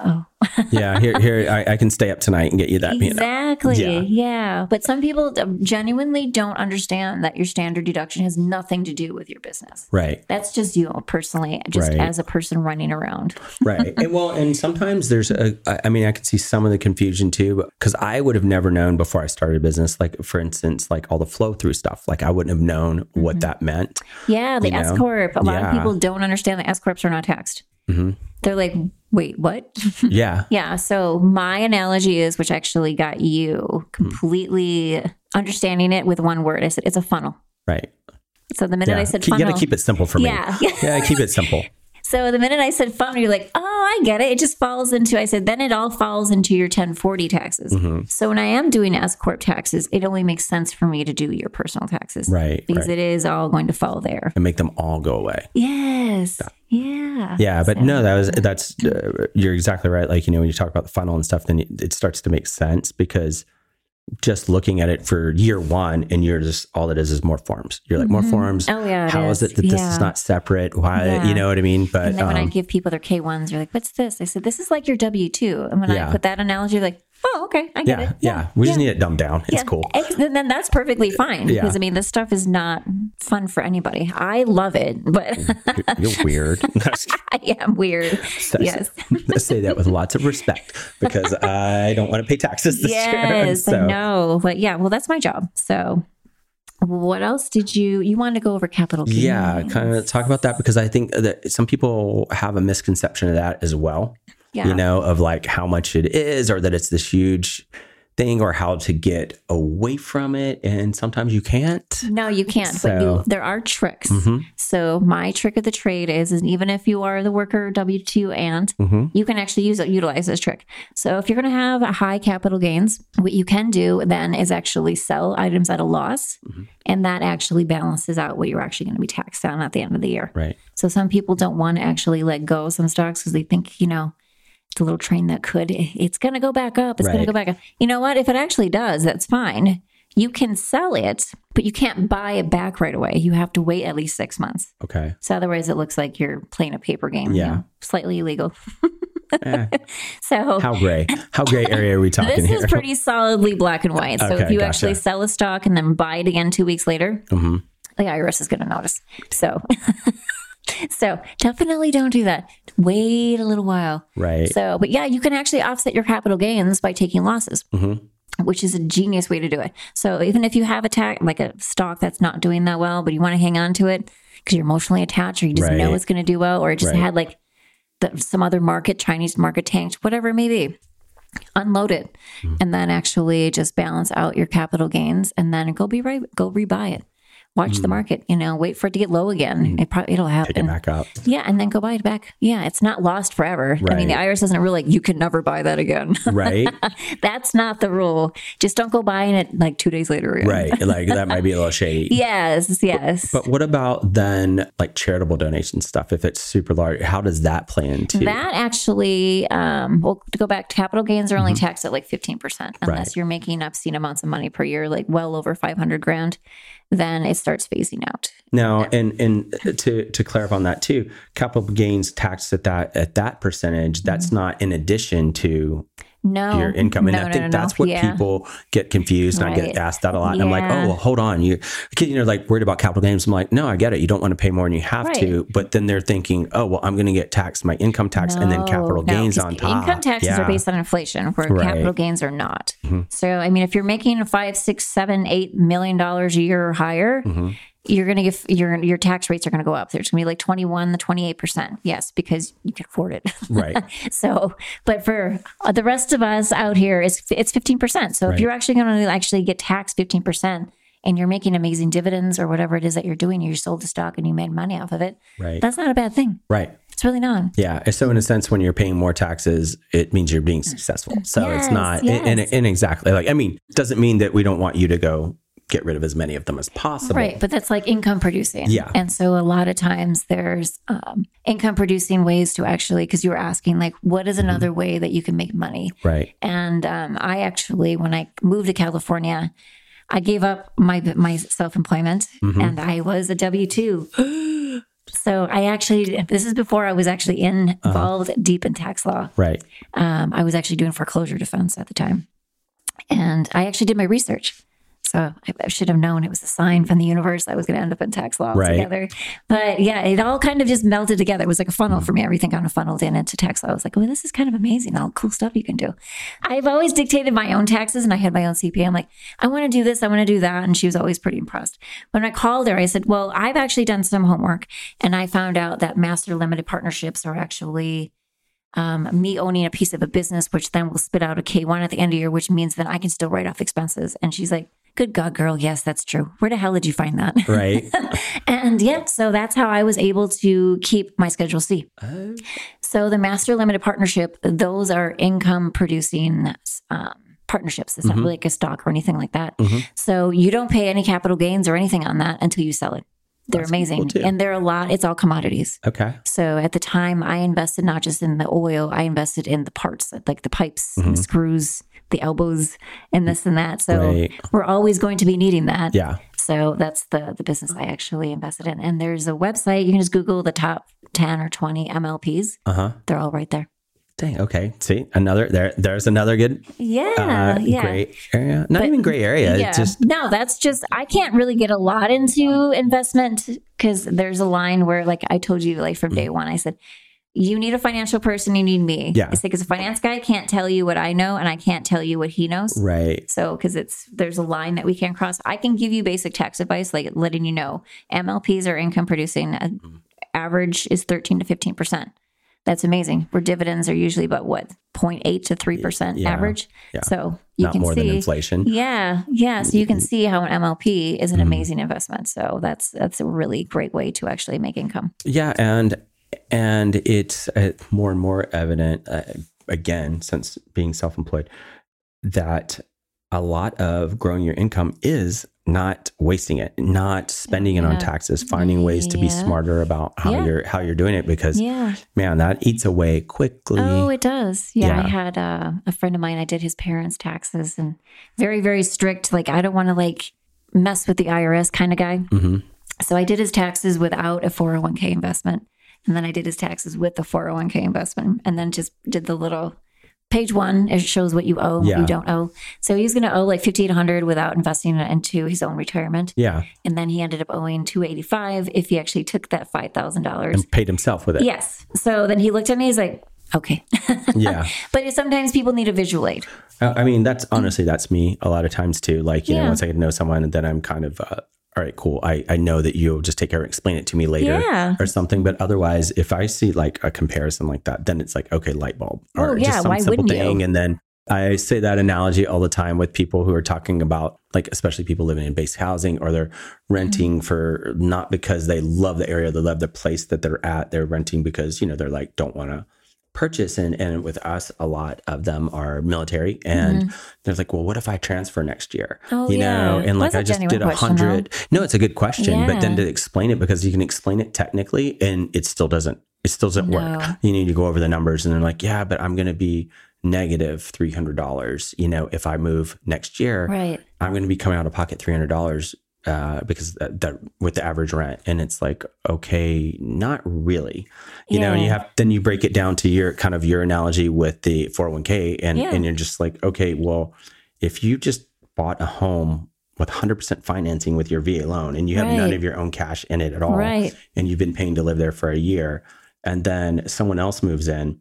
A: oh.
C: yeah, here, here, I, I can stay up tonight and get you that peanut.
A: Exactly.
C: Yeah.
A: Yeah. But some people d- genuinely don't understand that your standard deduction has nothing to do with your business.
C: Right,
A: That's just you personally, just
C: Right.
A: as a person running around.
C: right. and well, and sometimes there's a, I I mean, I can see some of the confusion too, because I would have never known before I started a business, like for instance, like all the flow through stuff. Like I wouldn't have known
A: Mm-hmm.
C: what that meant.
A: Yeah, the
C: You know?
A: S corp. A lot
C: Yeah. Mm-hmm.
A: of people don't understand that S corps are not taxed. They're like, wait, what?
C: Yeah.
A: yeah. So my analogy is, which actually got you completely understanding it with one word. I said it's a funnel.
C: Right.
A: So the minute
C: yeah.
A: I said
C: you
A: funnel,
C: got to keep it simple for me.
A: Yeah.
C: yeah, keep it simple.
A: So the minute I said funnel, you're like, oh, I get it. It just falls into, I said, then it all falls into your 1040 taxes.
C: Mm-hmm.
A: So when I am doing S Corp taxes, it only makes sense for me to do your personal taxes.
C: Right,
A: Because
C: right.
A: it is all going to fall there.
C: And make them all go away.
A: Yes. Yeah.
C: Yeah, but no, that was that's uh, you're exactly right. Like you know, when you talk about the funnel and stuff, then it starts to make sense because just looking at it for year one, and you're just all that is is more forms. You're like more forms.
A: Oh, yeah, it
C: How is
A: is.
C: it that this
A: Yeah.
C: is not separate? Why you
A: Yeah.
C: know what I mean? But
A: And then when I
C: um,
A: give people their K1s, they're like, what's this? I said, this is like your W 2. And when
C: Yeah.
A: I put that analogy, they're like, oh, okay. I get
C: yeah,
A: it.
C: yeah, we just need it dumbed down. It's cool. Uh,
A: Ex- And then that's perfectly fine
C: Yeah.
A: because I mean, this stuff is not fun for anybody. I love it, but
C: You're- You're weird.
A: I am weird. yes.
C: I say that with lots of respect because I don't want to pay taxes this year.
A: Yes, I know. But yeah, well, that's my job. So, what else did you you wanted to go over capital? gains.
C: Yeah, kind of talk about that because I think that some people have a misconception of that as well.
A: yeah,
C: You know, of like how much it is, or that it's this huge thing, or how to get away from it. And sometimes you can't.
A: No, you can't. But
C: So-
A: you, there are tricks. So my trick of the trade is, is even if you are the worker W two and you can actually use it, utilize this trick. So if you're going to have high capital gains, what you can do then is actually sell items at a loss, and that actually balances out what you're actually going to be taxed on at the end of the year.
C: Right.
A: So some people don't want to actually let go of some stocks because they think you know. It's a little train that could. It's going to go back up. It's going
C: Right.
A: to go back up. You know what? If it actually does, that's fine. You can sell it, but you can't buy it back right away. You have to wait at least six months.
C: Okay.
A: So otherwise, it looks like you're playing a paper game. you
C: Yeah.
A: know, slightly illegal.
C: Eh,
A: So
C: how gray? How gray area are we talking
A: this
C: here?
A: is pretty solidly black and white. So if
C: Okay,
A: you
C: gotcha.
A: actually sell a stock and then buy it again two weeks later,
C: Mhm.
A: the IRS is going to notice. So, so definitely don't do that. Wait a little while.
C: right.
A: So, but yeah, you can actually offset your capital gains by taking losses,
C: mm-hmm,
A: which is a genius way to do it. So, even if you have a tax, like a stock that's not doing that well, but you want to hang on to it because you're emotionally attached, or you just
C: Right.
A: know it's going to do well, or it just
C: Right.
A: had like the, some other market, Chinese market tanked, whatever it may be, unload it,
C: Hmm.
A: and then actually just balance out your capital gains, and then go be right, go rebuy it. Watch
C: Hmm.
A: the market, you know, wait for it to get low again. It probably it'll happen.
C: Get Hmm. back up.
A: Yeah, and then go buy it back. Yeah, it's not lost forever. I mean, the
C: Right.
A: IRS doesn't rule like you can never buy that again.
C: Right.
A: That's not the rule. Just don't go buying it like two days later. again.
C: right. Like that might be a little shady.
A: Yes. Yes.
C: But what about then like charitable donation stuff? If it's super large, how does that play into
A: that actually, um, well, to go back, capital gains are only taxed at like fifteen percent, unless
C: Mm-hmm. Right.
A: you're making obscene amounts of money per year, like well over five hundred grand. Then it starts phasing out.
C: Now, and and to to clarify on that too, capital gains taxed at that at that
A: Mm-hmm.
C: percentage. That's not in addition to
A: No,
C: your income, and
A: Oh, no,
C: I
A: no,
C: think
A: no, no.
C: that's what
A: Yeah.
C: people get confused. And I get
A: Right.
C: asked that a lot, and I'm like,
A: Yeah.
C: oh, well, hold on, you because you're like worried about capital gains. I'm like, no, I get it. You don't want to pay more than you have to, but then they're thinking, oh, well, I'm going to get taxed my income tax and then capital
A: Oh, No,
C: gains
A: 'cause
C: on top.
A: Income taxes
C: Yeah.
A: are based on inflation, where
C: Right. Mm-hmm.
A: capital gains are not. So, I mean, if you're making five, six, seven, eight million dollars a year or higher,
C: Mm-hmm.
A: you're going to get your your tax rates are going to go up. There's going to be like 21 to 28 percent. Yes, because you can afford it.
C: right.
A: so, but for uh, the rest of us out here, it's it's 15 percent. So,
C: Right.
A: if you're actually going to actually get taxed 15 percent. And you're making amazing dividends or whatever it is that you're doing, you sold a stock and you made money off of it.
C: Right.
A: That's not a bad thing.
C: Right.
A: It's really not.
C: Yeah. and So in a sense, when you're paying more taxes, it means you're being successful. So it's
A: Yes,
C: not, and,
A: yes.
C: and exactly like, I mean, doesn't mean that we don't want you to go get rid of as many of them as possible.
A: Right, but that's like income producing.
C: Yeah.
A: And so a lot of times there's um, income producing ways to actually, because you were asking, like, what is another way that you can make money?
C: Right.
A: And um, I actually, when I moved to California, I gave up my my self employment, and I was a W two. So I actually, this is before I was actually in- involved deep in tax law.
C: Right.
A: Um, I was actually doing foreclosure defense at the time. And I actually did my research. So I, I should have known it was a sign from the universe I was going to end up in tax law
C: Right.
A: together. But yeah, it all kind of just melted together. It was like a funnel for me. Everything kind of funneled in into tax law. I was like, well, this is kind of amazing. All the cool stuff you can do. I've always dictated my own taxes and I had my own CPA. I'm like, I want to do this. I want to do that. And she was always pretty impressed. When I called her, I said, well, I've actually done some homework and I found out that master limited partnerships are actually um, me owning a piece of a business, which then will spit out a K1 at the end of the year, which means then I can still write off expenses. And she's like, Good God, girl. Yes, that's true. Where the hell did you find that?
C: Right.
A: and yeah, so that's how I was able to keep my Schedule C.
C: Uh,
A: So the master limited partnership, those are income producing um, partnerships. It's
C: Mm-hmm.
A: not really like a stock or anything like that. So you don't pay any capital gains or anything on that until you sell it. They're amazing.
C: too.
A: and they're a lot, it's all commodities.
C: okay.
A: So at the time, I invested not just in the oil, I invested in the parts, like the pipes,
C: Mm-hmm.
A: and the screws, the elbows, and this and that. So
C: Right.
A: we're always going to be needing that.
C: Yeah.
A: So that's the the business I actually invested in. And there's a website you can just Google the top ten or twenty MLPs.
C: Uh huh.
A: They're all right there.
C: Dang. Okay. See another there. There's another good.
A: Yeah,
C: uh,
A: yeah.
C: Gray area. Not even gray area.
A: Yeah.
C: It's just
A: no, that's just I can't really get a lot into investment because there's a line where, like I told you, like from day one, I said you need a financial person, you need me.
C: Mm-hmm. Yeah.
A: it's like as a finance guy, I can't tell you what I know, and I can't tell you what he knows.
C: right.
A: So, because it's there's a line that we can cross. I can give you basic tax advice, like letting you know MLPs are income producing. A
C: Mm-hmm.
A: Average is thirteen to fifteen percent. That's amazing. Where dividends are usually about what 0.8 to three percent
C: Yeah.
A: average.
C: Yeah.
A: So you
C: Not
A: can
C: more
A: see
C: than inflation.
A: yeah, yeah. So you can see how an MLP is an
C: Mm-hmm.
A: amazing investment. So that's that's a really great way to actually make income.
C: Yeah, and and it's uh, more and more evident uh, again since being self-employed that a lot of growing your income is not wasting it, not spending it on
A: Yeah.
C: taxes, finding ways to be
A: Yeah.
C: smarter about how
A: Yeah.
C: you're how you're doing it because
A: Yeah.
C: man, that eats away quickly.
A: Oh, it does. Yeah,
C: Yeah.
A: I had uh, a friend of mine. I did his parents' taxes, and very very strict. Like I don't want to like mess with the IRS kind of guy.
C: Mhm.
A: So I did his taxes without a 401k investment. And then I did his taxes with the 401k investment and then just did the little page one. It shows what you owe, and what
C: Yeah.
A: you don't owe. So he was going to owe like 5800 without investing it into his own retirement.
C: Yeah,
A: And then he ended up owing 285 if he actually took that $5,000.
C: and paid himself with it.
A: Yes. So then he looked at me, he's like, okay.
C: yeah.
A: but sometimes people need a visual aid.
C: I I mean, that's honestly, that's me a lot of times too. Like, you know,
A: Yeah.
C: once I get to know someone, then I'm kind of, uh, all right, cool. I, I know that you'll just take care of it, explain it to me later
A: Yeah.
C: or something. But otherwise, if I see like a comparison like that, then it's like, okay, light bulb or
A: Oh, yeah,
C: just some
A: why
C: simple
A: wouldn't you?
C: thing. And then I say that analogy all the time with people who are talking about, like, especially people living in base housing or they're renting for not because they love the area, they love the place that they're at. They're renting because, you know, they're like, don't want to purchase and and with us a lot of them are military and they're like well what if i transfer next year
A: Mm-hmm. Oh,
C: you know
A: yeah.
C: and like
A: That's a
C: i just
A: genuine
C: did a
A: question, though.
C: hundred no it's a good question but then
A: Yeah.
C: to explain it because you can explain it technically and it still doesn't it still doesn't work
A: No.
C: you need to go over the numbers and they're like yeah but i'm going to be negative $300 you know if i move next year
A: Right.
C: i'm going to be coming out of pocket $300 uh, because that, that with the average rent and it's like okay not really you know, and you
A: Yeah.
C: have then you break it down to your kind of your analogy with the 401k and
A: Yeah.
C: and you're just like, okay, well, if you just bought a home with 100% financing with your VA loan and you have none
A: Right.
C: of your own cash in it at all,
A: Right.
C: and you've been paying to live there for a year and then someone else moves in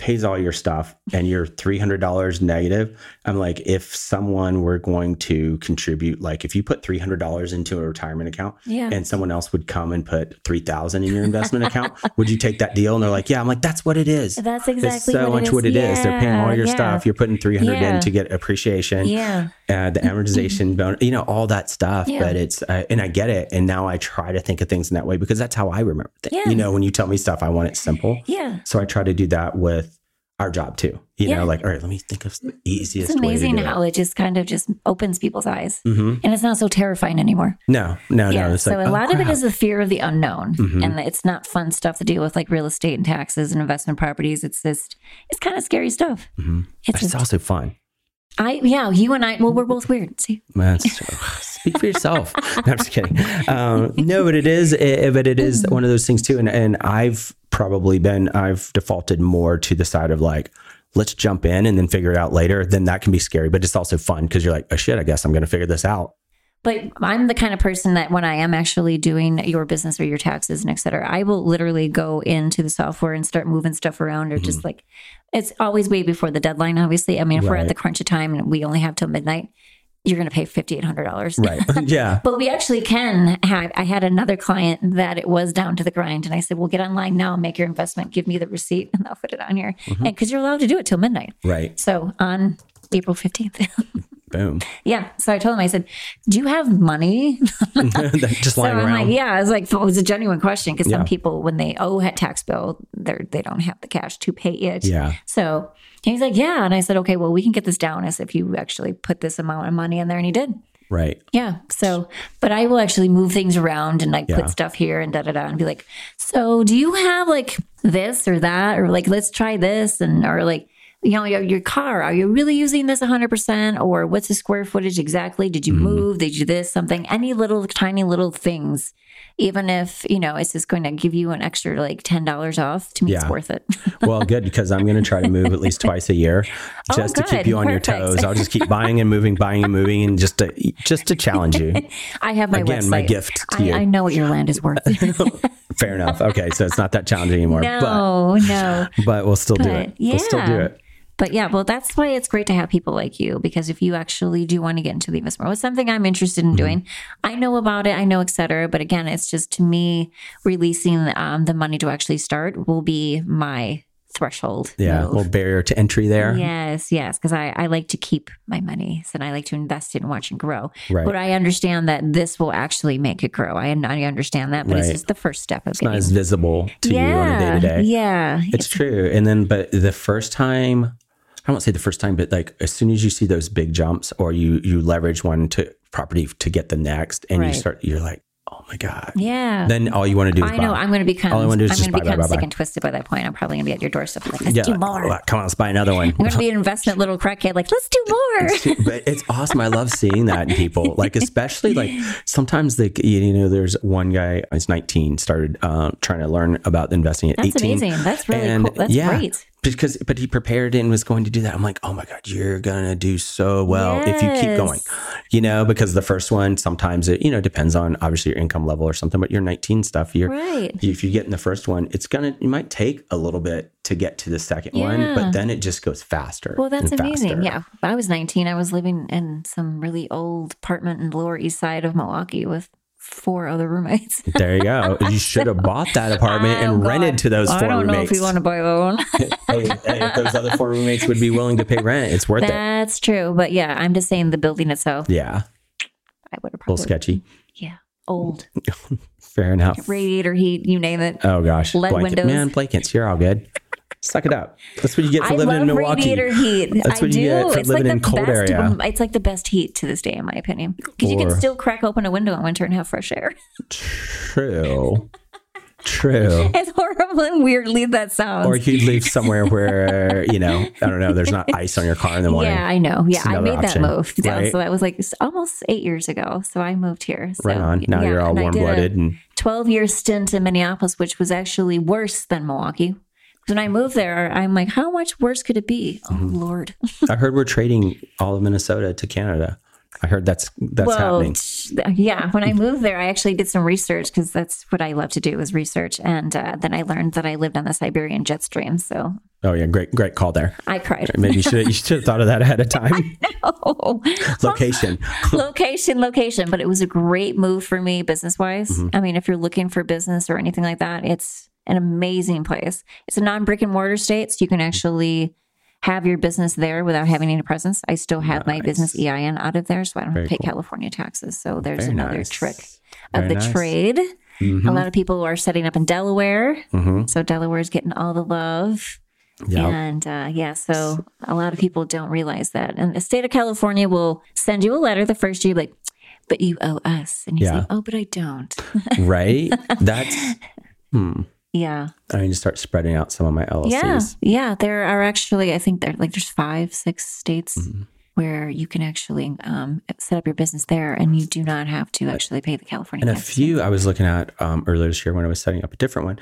C: pays all your stuff and you're $300 negative i'm like if someone were going to contribute like if you put $300 into a retirement account
A: Yeah.
C: and someone else would come and put 3000 in your investment account would you take that deal and they're like yeah i'm like that's what it is
A: That's exactly
C: it's so
A: what
C: much what it is. They're paying all
A: Yeah,
C: your
A: yeah.
C: stuff. You're putting 300
A: Yeah.
C: in to get appreciation
A: Yeah.
C: uh, the amortization bonus, you know, all that stuff.
A: Mm-hmm. Yeah.
C: But it's, uh, and I get it. And now I try to think of things in that way because that's how I remember things.
A: Yeah.
C: You know, when you tell me stuff, I want it simple.
A: Yeah.
C: So I try to do that with our job too. You
A: Yeah.
C: know, like, all right, let me think of the easiest
A: It's amazing
C: way to do
A: how it just kind of just opens people's eyes.
C: it. hmm
A: And it's not so terrifying anymore.
C: No, no,
A: yeah.
C: no. It's
A: so
C: like,
A: a
C: oh,
A: lot of
C: crap.
A: it is the fear of the unknown,
C: Mhm.
A: and it's not fun stuff to deal with, like real estate and taxes and investment properties. It's just it's kind of scary stuff.
C: Mhm.
A: It's
C: But it's
A: just,
C: also fun.
A: I yeah, you and I. Well, we're both weird. See,
C: That's speak for yourself. No, I'm just kidding. Um, no, but it is, it, but it is one of those things too. And and I've probably been, I've defaulted more to the side of like, let's jump in and then figure it out later. Then that can be scary, but it's also fun because you're like, oh shit, I guess I'm going to figure this out.
A: But I'm the kind of person that when I am actually doing your business or your taxes and et cetera, I will literally go into the software and start moving stuff around or
C: Mm-hmm.
A: just like it's always way before the deadline, obviously. I mean, if we're at
C: Right.
A: the crunch of time and we only have till midnight, you're gonna pay fifty eight hundred dollars.
C: Right. yeah.
A: But we actually can have I had another client that it was down to the grind and I said, Well get online now, make your investment, give me the receipt, and I'll put it on here.
C: Mm-hmm.
A: And because you're allowed to do it till midnight.
C: Right.
A: So on April fifteenth.
C: Boom.
A: yeah. So I told him, I said, Do you have money?
C: just lying
A: so I'm
C: around.
A: like, yeah, it's like it was a genuine question because
C: Yeah.
A: some people when they owe a tax bill, they they don't have the cash to pay it.
C: Yeah.
A: So he's like, yeah, and I said, okay, well, we can get this down as if you actually put this amount of money in there, and he did.
C: Right.
A: Yeah. So, but I will actually move things around and like
C: Yeah.
A: put stuff here and da da da and be like, so do you have like this or that or like let's try this and or like you know your, your car are you really using this 100% or what's the square footage exactly did you
C: Mm-hmm.
A: move did you this something any little tiny little things even if you know it's just going to give you an extra like $10 off to me it's
C: Yeah.
A: worth it
C: Well, good because I'm going to try to move at least twice a year,
A: Oh,
C: just to
A: good.
C: keep you on your
A: Perfect.
C: toes. I'll just keep buying and moving, buying and moving, and just to just to challenge you.
A: i have my
C: Again,
A: website
C: my gift
A: I,
C: to you.
A: I know what your land is worth
C: Fair enough. Okay, so it's not that challenging anymore. But
A: no no
C: but we'll still do it.
A: But,
C: We'll still do
A: yeah.
C: it.
A: But yeah, well, that's why it's great to have people like you because if you actually do want to get into the investment, world, it's something I'm interested in
C: Mm-hmm.
A: doing. I know about it, I know, et cetera. But again, it's just to me, releasing um, the money to actually start will be my threshold.
C: Yeah, a
A: move.
C: little barrier to entry there.
A: Yes, yes, because I, I like to keep my money and I like to invest it and watch it grow.
C: Right.
A: But I understand that this will actually make it grow. I, I understand that, but it's
C: Right.
A: just the first step of
C: Not
A: getting
C: as visible to you on a day to day.
A: Yeah.
C: It's true. And then, but the first time, I won't say the first time, but like as soon as you see those big jumps or you you leverage one to property to get the next, and you
A: Right.
C: start, you're like, oh my god.
A: Yeah.
C: Then all you want to do is
A: I
C: buy.
A: know. I'm going to become.
C: All I
A: I'm
C: wanna do
A: going
C: is
A: to
C: just buy, buy,
A: become
C: buy,
A: sick
C: buy.
A: and twisted by that point. I'm probably going to be at your doorstep. Like, let's
C: yeah,
A: do
C: like,
A: more.
C: "Oh, come on, let's buy another one.
A: I'm going to be an investment little crackhead. Like, let's do more.
C: but it's awesome. I love seeing that in people, like especially like sometimes like you know, there's one guy. He's 19, started uh, trying to learn about investing at
A: That's
C: 18.
A: amazing. That's really cool. That's great.
C: Because, but he prepared and was going to do that. I'm like, oh my god, you're gonna do so well if you keep
A: Yes.
C: going. You know, because the first one sometimes it you know depends on obviously your income level or something. But your 19 stuff, you're
A: Right.
C: if you get in the first one, it's gonna you might take a little bit to get to the second one,
A: Yeah.
C: but then it just goes faster.
A: Well, that's
C: and
A: amazing.
C: faster.
A: Yeah. When I was 19, I was living in some really old apartment in the Lower East Side of Milwaukee with four other roommates.
C: There you go. You should have bought that apartment
A: Oh,
C: and
A: God.
C: rented to those
A: I
C: four
A: don't know
C: roommates.
A: if you want to buy one.
C: hey, hey, if those other four roommates would be willing to pay rent, it's worth it.
A: That's true. But yeah, I'm just saying the building itself,
C: Yeah,
A: I would have
C: a little
A: probably.
C: sketchy.
A: Yeah. Old.
C: Fair enough.
A: Radiator heat, you name it.
C: Oh gosh,
A: Lead
C: blanket
A: windows.
C: man, blankets. You're all good. Suck it up. That's what you get for
A: I
C: living
A: love
C: in Milwaukee.
A: radiator heat.
C: That's
A: I
C: what
A: do.
C: you get for
A: it's
C: living
A: like
C: in
A: the
C: cold
A: best,
C: area.
A: It's like the best heat to this day, in my opinion, because you can
C: Or-
A: still crack open a window in winter and have fresh air.
C: True. True.
A: As horrible and weirdly that sounds.
C: Or you could live somewhere where you know I don't know. There's not ice on your car in the morning.
A: yeah, I know. Yeah,
C: It's
A: I
C: another
A: made
C: option,
A: that move. That was-
C: right?
A: So that was like s- almost eight years ago. So I moved here. So,
C: Right on. Now
A: yeah,
C: you're all
A: and I
C: warm
A: did a
C: blooded and
A: Twelve-year stint in Minneapolis, which was actually worse than Milwaukee. 'Cause When I moved there, I'm like, how much worse could it be? Oh
C: Mm-hmm.
A: Lord!
C: I heard we're trading all of Minnesota to Canada. I heard that's that's
A: Well,
C: happening.
A: t- uh, yeah. When I moved there, I actually did some research because that's what I love to do is research. And uh, then I learned that I lived on the Siberian jet stream, so
C: Oh yeah, great great call there.
A: I cried.
C: Maybe you should you should have thought of that ahead of time.
A: Oh,
C: Location.
A: location, location. But it was a great move for me business wise.
C: Mm-hmm.
A: I mean, if you're looking for business or anything like that, it's an amazing place. It's a non brick and mortar state, so you can actually have your business there without having any presence. I still have my business EIN out of there, so I don't have to pay California taxes. So there's
C: Very
A: another
C: nice.
A: trick.
C: Very
A: of the
C: nice. Mm-hmm.
A: trade. A lot of people are setting up in Delaware.
C: Mhm.
A: So Delaware's getting all the love.
C: Yeah.
A: And uh, yeah, so a lot of people don't realize that. And the state of California will send you a letter the first year, like, but you owe us. And you
C: Yeah.
A: say, oh, but I don't.
C: Right? That's
A: yeah.
C: I need to start spreading out some of my LLCs. Mm-hmm.
A: Yeah. Yeah. There are actually, I think there like there's five, six states where you can actually um, set up your business there and you do not have to actually pay the California
C: And a
A: tax.
C: few I was looking at um, earlier this year when I was setting up a different one,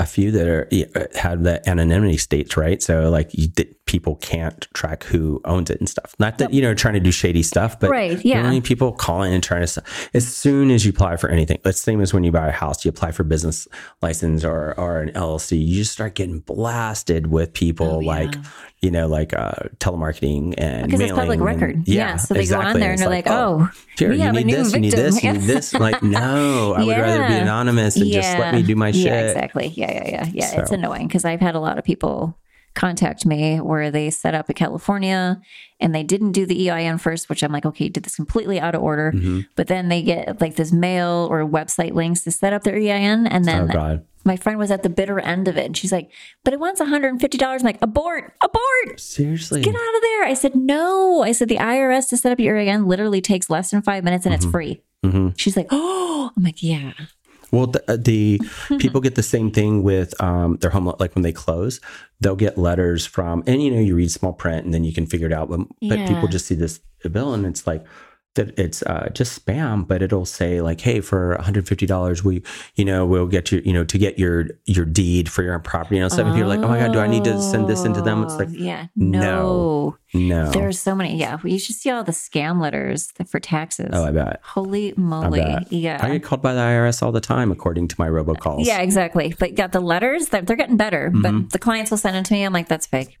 C: a few that are yeah, uh, had the anonymity states, right? So like you did, people can't track who owns it and stuff. Not that you know trying to do shady stuff, but
A: Right,
C: the
A: yeah.
C: only people calling and trying to. sell- As soon as you apply for anything, it's the same as when you buy a house, you apply for business license or or an LLC, you just start getting blasted with people
A: Oh, yeah.
C: like you know like uh, telemarketing and
A: Because it's public
C: mailing and-
A: record. Yeah, so they go on there
C: it's
A: and they're like, "Oh,
C: here,
A: we
C: you
A: have a
C: need
A: new
C: this, you need this, you
A: victim."
C: need this. I'm like, no, I would rather be
A: Yeah.
C: anonymous and just let me do my shit.
A: Yeah, exactly. Yeah, yeah, yeah. Yeah, it's
C: So.
A: annoying because I've had a lot of people contact me where they set up in California and they didn't do the EIN first, which I'm like, okay, you did this completely out of order.
C: Mm-hmm.
A: But then they get like this mail or website links to set up their EIN. And
C: Oh
A: then
C: god.
A: my friend was at the bitter end of it and she's like, but it wants $150. I'm like, abort, abort.
C: Seriously.
A: Get out of there. I said, no. I said, the IRS to set up your EIN literally takes less than five minutes and
C: Mm-hmm.
A: it's free. She's like, oh, I'm like, yeah.
C: Well, the, uh, the people get the same thing with um, their home. Like when they close, they'll get letters from, and you know, you read small print, and then you can figure it out. But, but
A: Yeah.
C: people just see this bill, and it's like that. It's uh, just spam, but it'll say like, "Hey, for one hundred fifty dollars, we, you know, we'll get you, you know, to get your your deed for your property." And all of a sudden, people are like, "Oh my god, do I need to send this into them?" It's like,
A: Oh, yeah,
C: no.
A: no.
C: no.
A: There's so many. Yeah, you should see all the scam letters th- for taxes.
C: Oh, I bet.
A: Holy
C: I
A: moly!
C: bet. I
A: Yeah,
C: get called by the IRS all the time, according to my robocalls.
A: yeah, exactly. But got the letters that they're getting better. But the clients will send it to me. I'm like, that's fake.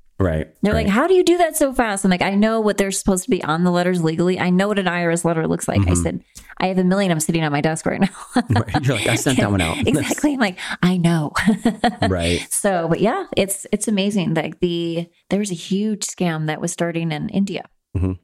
A: They're
C: Right. Mm-hmm.
A: like,
C: right.
A: how do you do that so fast? I'm like, I know what they're supposed to be on the letters legally. I know what an IRS letter looks like. I
C: Mm-hmm.
A: said, I have a million. I'm sitting on my desk right now.
C: Right. You're like, I sent that one out.
A: exactly. I'm like, I know.
C: right.
A: so, but yeah, it's it's amazing. Like the there was a huge scam that was starting in India,
C: Mhm.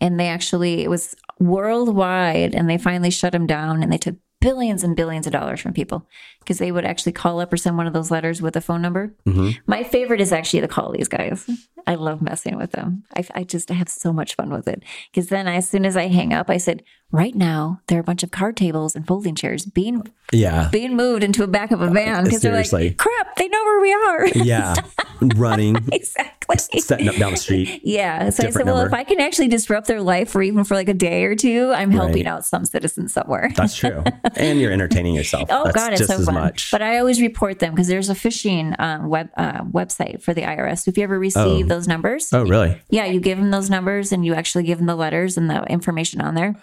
A: and they actually it was worldwide, and they finally shut them down, and they took billions and billions of dollars from people because they would actually call up or send one of those letters with a phone number.
C: Mhm.
A: My favorite is actually to call these guys. I love messing with them. I, I just I have so much fun with it because then as soon as I hang up, I said, "Right now there are a bunch of card tables and folding chairs being
C: Yeah.
A: being moved into a back of a van because they're
C: Uh, Seriously.
A: like, crap, they know where we are.
C: Yeah. Running,
A: exactly.
C: setting up down the street.
A: Yeah. So I said,
C: Different
A: well, if
C: number.
A: I can actually disrupt their life for even for like a day or two, I'm helping
C: Right.
A: out some citizen somewhere.
C: That's true. And you're entertaining yourself.
A: Oh
C: That's
A: God, it's
C: just
A: so
C: as
A: fun!
C: much.
A: But I always report them because there's a phishing um, web uh, website for the IRS. So if you ever receive
C: Oh.
A: those numbers,
C: oh, really?
A: yeah, you give them those numbers and you actually give them the letters and the information on there.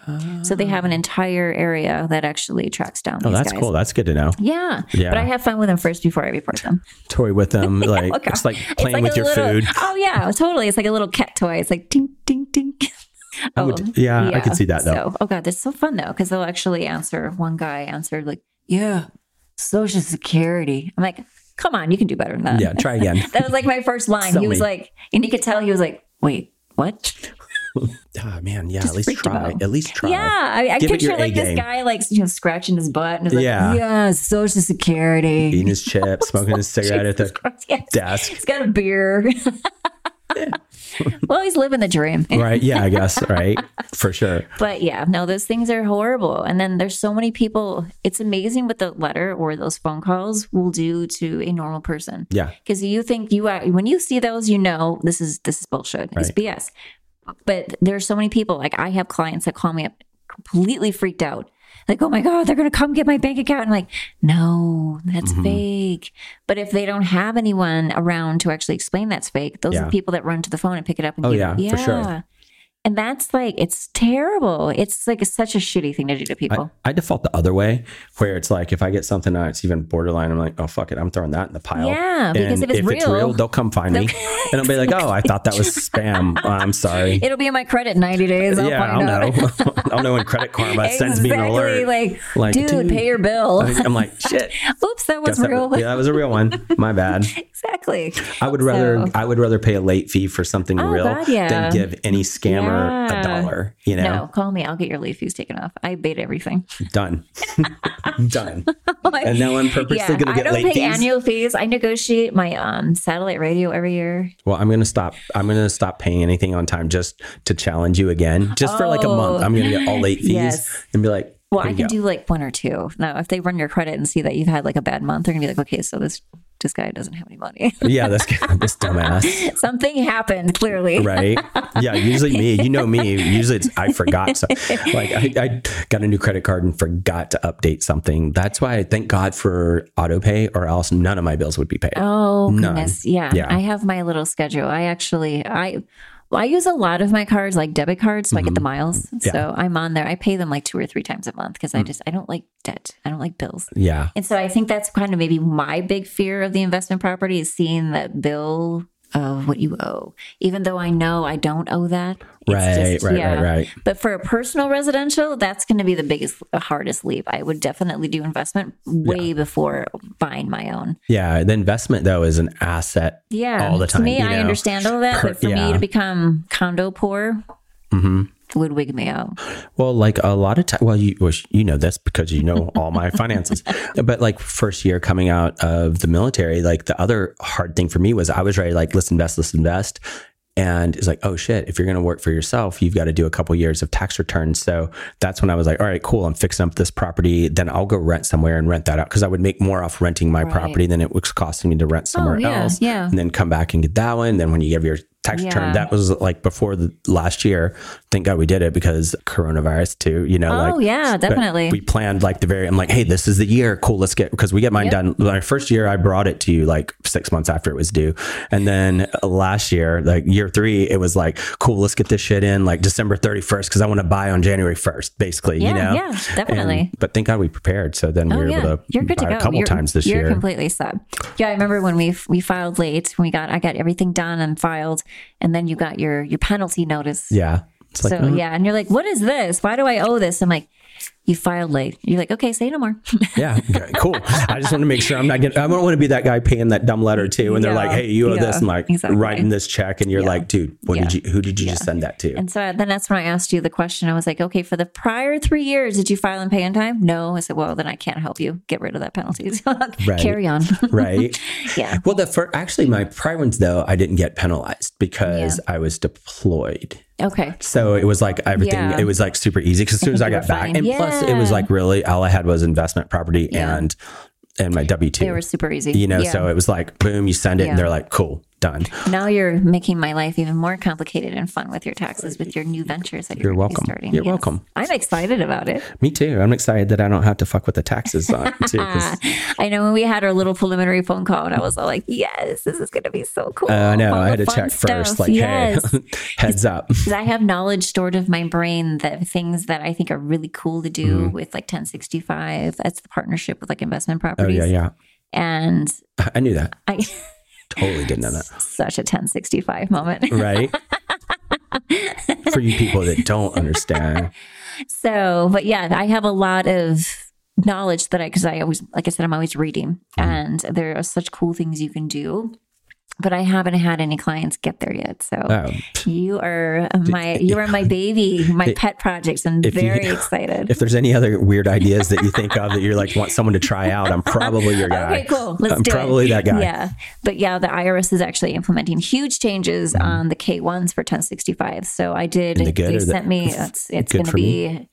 A: So they have an entire area that actually tracks down.
C: Ah. Oh,
A: these
C: that's
A: guys.
C: cool. That's good to know.
A: Yeah.
C: Yeah.
A: but I have fun with them first before I report them.
C: Toy with them. Like,
A: Okay.
C: it's like playing
A: Oh, like
C: with
A: a
C: your
A: little-
C: food.
A: Oh yeah, totally. It's like a little cat toy. It's like ting ting ting.
C: I would- yeah, I could see that, though.
A: Um, So, oh god, that's so fun though because they'll actually answer. One guy answered like, "Yeah, Social Security." I'm like, "Come on, you can do better than that."
C: Yeah. Try again.
A: that was like my first line.
C: Sell
A: he was
C: me.
A: like, and you could tell he was like, "Wait, what?"
C: Oh, man. Yeah. At least
A: freaked him
C: try.
A: out.
C: At least try.
A: Yeah, I, I
C: Give it
A: picture
C: your
A: like this
C: A-game.
A: guy like you know scratching his butt and he's like, "Yeah,
C: Yeah.
A: Social Security."
C: Eating his
A: Oh,
C: chips, smoking his cigarette at the
A: Yeah.
C: desk.
A: He's got a beer. well, he's living the dream.
C: Right. Yeah. I guess. Right. For sure.
A: But yeah, no, those things are horrible. And then there's so many people. It's amazing what the letter or those phone calls will do to a normal person.
C: Yeah.
A: Because you think you are, when you see those, you know this is this is bullshit. It's
C: Right.
A: BS. But there's so many people. Like I have clients that call me up completely freaked out. Like, oh my God, they're gonna come get my bank account. And I'm like, no, that's
C: Mm-hmm.
A: fake. But if they don't have anyone around to actually explain that's fake, those are
C: Yeah.
A: the people that run to the phone and pick it up and
C: Oh,
A: give
C: yeah,
A: it.
C: for sure.
A: And that's like it's terrible. It's like it's such a shitty thing to do to people.
C: I, I default the other way where it's like if I get something that's even borderline, I'm like, oh fuck it, I'm throwing that in the pile.
A: Yeah, because
C: and
A: if it's real-
C: they'll come find me. and I'll be like, oh, I thought that was spam. Oh, I'm sorry.
A: It'll be in my credit in 90 days. I'll
C: yeah,
A: find out.
C: I'll know. I'll know when credit karma sends me an alert.
A: Like,
C: Like,
A: dude,
C: dude.
A: pay your bill.
C: I'm like, shit.
A: Oops, that was
C: Guess that,
A: real.
C: was- yeah, that was a real one. My bad.
A: exactly.
C: I would rather
A: So-
C: I would rather pay a late fee for something
A: Oh,
C: real
A: God, yeah.
C: than give any
A: Yeah.
C: scammer a dollar. You know,
A: No, call me. I'll get your leaf fees taken off. I bait everything.
C: done, done. and now I'm purposely
A: yeah,
C: going to
A: I
C: get
A: don't
C: late
A: pay
C: fees.
A: annual fees. I negotiate my um, satellite radio every year.
C: Well, I'm gonna stop. I'm gonna stop paying anything on time just to challenge you again, just for like a month.
A: Oh.
C: I'm gonna get all late fees
A: Yes.
C: and be like,
A: Well,
C: "Here
A: I
C: you
A: can
C: go."
A: do like one or two. Now, if they run your credit and see that you've had like a bad month, they're gonna be like, okay, so this this guy doesn't have any money.
C: yeah, that's this dumbass,
A: Something happened, clearly.
C: right? Yeah, usually me. You know me. Usually it's I forgot. So, like I, I got a new credit card and forgot to update something. That's why I thank God for auto pay, or else none of my bills would be paid.
A: Oh
C: None.
A: goodness, yeah.
C: Yeah.
A: I have my little schedule. I actually I I use a lot of my cards like debit cards, so I get the miles.
C: Mm-hmm. Yeah. Mm.
A: So I'm on there. I pay them like two or three times a month because I just I don't like debt. I don't like bills.
C: Yeah,
A: And so I think that's kind of maybe my big fear of the investment property is seeing that bill of what you owe, even though I know I don't owe that. It's
C: right,
A: just-
C: right,
A: yeah.
C: right, right.
A: But for a personal residential, that's going to be the biggest, the hardest leap. I would definitely do investment way before buying my own.
C: Yeah, the investment though is an asset.
A: Yeah.
C: all the time,
A: To me,
C: you
A: I
C: know.
A: understand all that, but for
C: Yeah.
A: me to become condo poor
C: hmm
A: would wig me out.
C: Well, like a lot of time, well, you well, you know this because you know all my finances. But like first year coming out of the military, like the other hard thing for me was I was ready, like let's invest, let's invest, and it's like oh shit, if you're going to work for yourself, you've got to do a couple years of tax returns. So that's when I was like, all right, cool, I'm fixing up this property, then I'll go rent somewhere and rent that out because I would make more off renting my
A: Right. Oh,
C: property than it was costing me to rent somewhere
A: yeah,
C: else.
A: yeah.
C: and then come back and get that one. Then when you give your tax return,
A: Yeah.
C: that was like before the last year. Thank God we did it because coronavirus too. You know,
A: Oh,
C: like
A: yeah,
C: but
A: definitely.
C: We planned like the very. I'm like, hey, this is the year. Cool, let's get because we get mine done. My first year, I brought it to you like six months after it was due, and then uh, last year, like year three, it was like, cool, let's get this shit in like December 31st because I want to buy on January 1st, basically.
A: yeah,
C: you know,
A: yeah,
C: And-
A: definitely. Oh,
C: but thank God we prepared. So then we were able to
A: you're good
C: buy
A: to go.
C: a couple
A: you're,
C: times this
A: you're
C: year.
A: completely sub. Yeah, I remember when we we filed late. When we got I got everything done and filed, and then you got your your penalty notice.
C: yeah. It's like,
A: so
C: mm,
A: yeah, and you're like, what is this? Why do I owe this? I'm like, you filed late. You're like, okay, say no more.
C: Yeah, okay, cool. I just want to make sure I'm not getting. I don't want to be that guy paying that dumb letter too, and they're
A: Yeah,
C: like, "Hey, you owe this,"
A: yeah,
C: and like
A: exactly.
C: writing this check, and you're like, "Dude, what did you? Who did you just send that to?"
A: and so I, then that's when I asked you the question. I was like, okay, for the prior three years, did you file and pay on time? No. I said, well, then I can't help you. Get rid of that penalty. Carry on.
C: right.
A: yeah.
C: Well, the for actually my prior ones though, I didn't get penalized because I was deployed.
A: Okay.
C: So it was like everything.
A: Yeah.
C: It was like super easy because as soon as I
A: you
C: got
A: were
C: back,
A: fine.
C: and plus it was
A: Yeah.
C: like really all I had was investment property
A: Yeah.
C: and and my W
A: They
C: two.
A: were super easy.
C: You know,
A: Yeah.
C: so it was like boom, you send it,
A: Yeah.
C: and they're like, "Cool, done."
A: Now you're making my life even more complicated and fun with your taxes, with your new ventures that you're,
C: You're
A: gonna be
C: welcome.
A: starting.
C: You're welcome.
A: I'm excited about it.
C: Me too. I'm excited that I don't have to fuck with the taxes on too. 'cause-
A: Uh, I know when we had our little preliminary phone call, and I was all like, "Yes, this is going to be so cool."
C: Uh, I know.
A: All
C: I
A: the
C: had to
A: fun
C: check first.
A: stuff.
C: Like,
A: yes.
C: hey, heads up.
A: 'Cause I have knowledge stored of my brain that things that I think are really cool to do with like 1065. That's the partnership with like investment
C: Mm-hmm. Oh
A: properties.
C: yeah, yeah.
A: And
C: I knew that.
A: I
C: Totally didn't know that.
A: such a 1065 moment.
C: Uh. Right. For you people that don't understand,
A: So, but yeah, I have a lot of knowledge that I, because I always, like I said, I'm always reading,
C: Mm-hmm.
A: and there are such cool things you can do. But I haven't had any clients get there yet. So
C: oh,
A: you are my you are my baby, my pet projects. I'm
C: if you-
A: very excited.
C: if there's any other weird ideas that you think of that you're like want someone to try out, I'm probably your guy.
A: Okay, cool. Let's
C: I'm
A: do
C: probably
A: it.
C: that guy.
A: Yeah, but yeah, the IRS is actually implementing huge changes on the K ones for 1065. So I did.
C: Mm. the good
A: they
C: or the-
A: sent me. It's, it's
C: Good
A: going to
C: for
A: be.
C: me?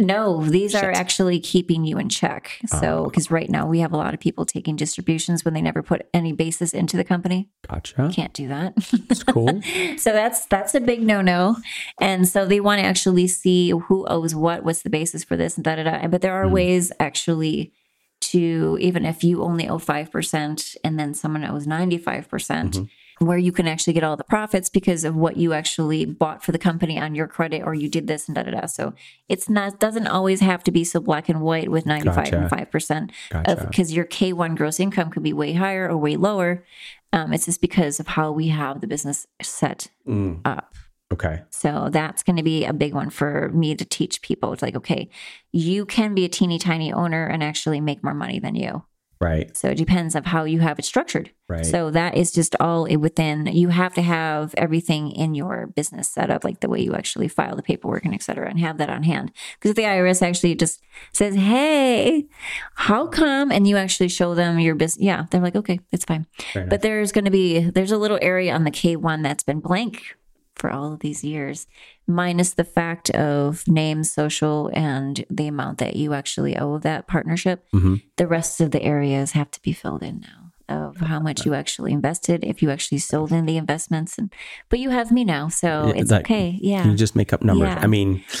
A: No, these are actually keeping you in check.
C: Oh.
A: So, because right now we have a lot of people taking distributions when they never put any basis into the company.
C: Gotcha.
A: Can't do that.
C: It's cool.
A: so that's that's a big no no. And so they want to actually see who owes what, what's the basis for this, and da da da. But there are
C: Mm.
A: ways actually to even if you only owe five percent and then someone owes ninety five percent.
C: Mm-hmm.
A: Where you can actually get all the profits because of what you actually bought for the company on your credit, or you did this and da da da. So it's not doesn't always have to be so black and white with ninety five and
C: Gotcha.
A: five percent
C: Gotcha.
A: because your K one gross income could be way higher or way lower. Um, it's just because of how we have the business set
C: Mm,
A: up.
C: okay.
A: So that's going to be a big one for me to teach people. It's like, okay, you can be a teeny tiny owner and actually make more money than you.
C: Right.
A: So it depends of how you have it structured.
C: Right.
A: So that is just all i- within. You have to have everything in your business set up, like the way you actually file the paperwork and et cetera, and have that on hand. Because the IRS actually just says, "Hey, how come?" And you actually show them your business. Yeah, they're like, "Okay, it's fine."
C: Fair enough.
A: But there's going to be there's a little area on the K one that's been blank for all of these years, minus the fact of name, social, and the
C: Mm-hmm.
A: amount that you actually owe that partnership. The rest of the areas have to be filled in now. of how much you actually invested, if you actually sold in the investments. And but you have me now, so
C: Yeah,
A: it's
C: that-
A: okay. Yeah.
C: You just make up numbers.
A: Yeah.
C: I mean,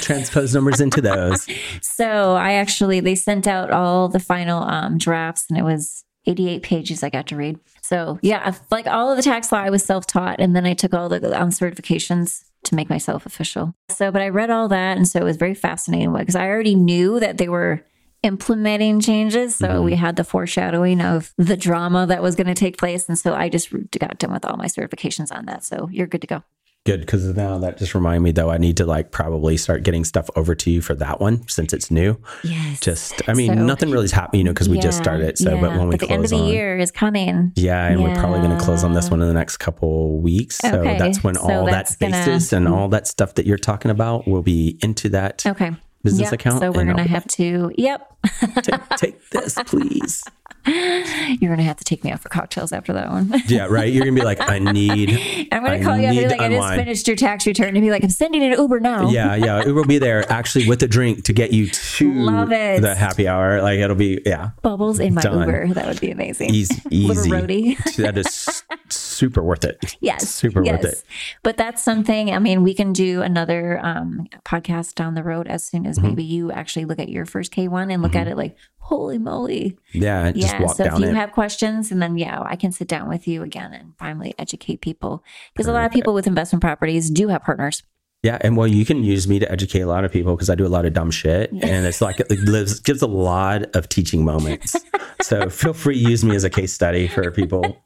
C: transpose numbers into those.
A: So I actually they sent out all the final um, drafts, and it was 88 pages I got to read. So yeah, I- like all of the tax law, I was self taught, and then I took all the um, certifications to make myself official. So, but I read all that, and so it was very fascinating because I already knew that they were implementing changes. So
C: Mm-hmm.
A: we had the foreshadowing of the drama that was going to take place, and so I just got done with all my certifications on that. So you're good to go.
C: Good, because now that just reminded me though, I need to like probably start getting stuff over to you for that one since it's new.
A: Yes.
C: Just, I mean,
A: So-
C: nothing really's happened, you know, because we just
A: Yeah,
C: started. So, but
A: yeah.
C: when we
A: the
C: close
A: end of the
C: on,
A: year is coming.
C: yeah, and we're probably going to close on this
A: Yeah.
C: one in the next couple weeks. So
A: Okay,
C: that's when
A: so
C: all
A: that's
C: that
A: gonna-
C: basis and all that stuff that you're talking about will be into that
A: Okay.
C: business
A: Yep.
C: account.
A: So we're
C: and
A: gonna
C: I'll-
A: have to. Yep,
C: take, take this, please.
A: you're gonna have to take me out for cocktails after that one.
C: Yeah, right. You're gonna be like, I need.
A: I'm gonna
C: I
A: call you up and be
C: need
A: like, I just
C: unwind."
A: finished your tax return, and be like, I'm sending an Uber now.
C: Yeah, yeah. It will be there actually with a drink to get you to
A: Love it.
C: the happy hour. Like it'll be yeah,
A: Bubbles in my
C: Done.
A: Uber. That would be amazing.
C: easy, easy.
A: roadie.
C: that is s- super worth it.
A: Yes.
C: super
A: yes.
C: worth it.
A: But that's something, I mean, we can do another um, podcast down the road as soon
C: Mm-hmm.
A: as maybe you actually look at your first K1 and look at it like, holy moly.
C: Yeah, Mm-hmm. just
A: yeah.
C: walk
A: So if
C: down
A: you
C: it.
A: have questions, and then yeah, I can sit down with you again and finally educate people because a lot of people with investment properties do have partners.
C: yeah, and well, you can use me to educate a lot of people because I do a lot of dumb shit, and it's like it lives gives a lot of teaching moments. so feel free to use me as a case study for people.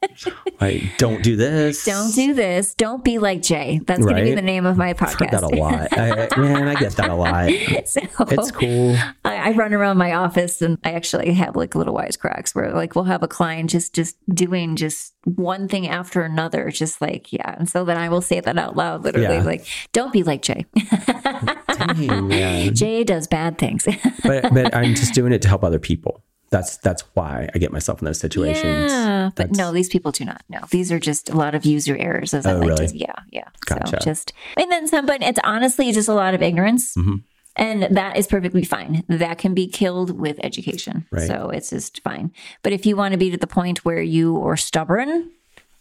C: Like, don't do this.
A: Don't do this. Don't be like Jay. That's going to be
C: Right?
A: the name of my
C: I've heard that a
A: podcast.
C: lot. I, I- man, I get that a lot.
A: So
C: It's cool.
A: I, I run around my office and I actually have like little wisecracks where like we'll have a client just just doing just one thing after another, just like yeah. And so then I will say that out loud, literally
C: Yeah.
A: like, "Don't be like Jay.
C: Dang, man.
A: Jay does bad things."
C: but but I'm just doing it to help other people. That's that's why I get myself in those situations.
A: Yeah, but
C: That's-
A: no, these people do not know. These are just a lot of user errors, as I
C: Oh,
A: like to.
C: really?
A: Yeah, yeah. So
C: Gotcha.
A: just and then some, but it's honestly just a lot of ignorance,
C: Mm-hmm.
A: and that is perfectly fine. That can be killed with education,
C: Right.
A: so it's just fine. But if you want to be to the point where you are stubborn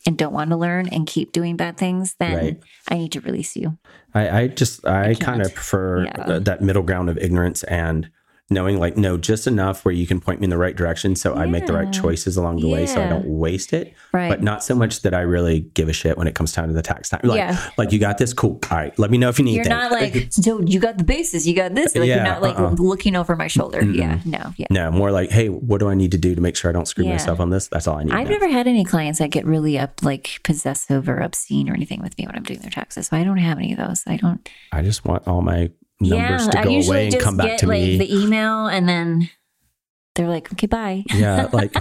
A: and don't want to learn and keep doing bad things, then
C: Right.
A: I need to release you.
C: I, I just I kind of prefer
A: Yeah.
C: th- that middle ground of ignorance and knowing like no just enough where you can point me in the right direction so I make the right choices along the way so I
A: Yeah.
C: don't waste it.
A: Right.
C: But not so much that I really give a shit when it comes time to the tax time. Like
A: Yeah.
C: like you got this cool. All right, let me know if you need
A: You're
C: things.
A: not like, so you got the bases, you got this. Like you're
C: Yeah,
A: not like
C: uh-uh.
A: looking over my shoulder. Yeah, no, yeah.
C: no, more like hey, what do I need to do to make sure I don't screw
A: Yeah.
C: myself on this? That's all I need. to
A: I've
C: know.
A: never had any clients that get really up, like possessive or obscene or anything with me when I'm doing their taxes. So I don't have any of those. I don't.
C: I just want all my numbers to
A: I
C: go
A: usually
C: away and
A: just
C: come back
A: get
C: to
A: like
C: me.
A: the email, and then they're like, "Okay, bye."
C: Yeah, like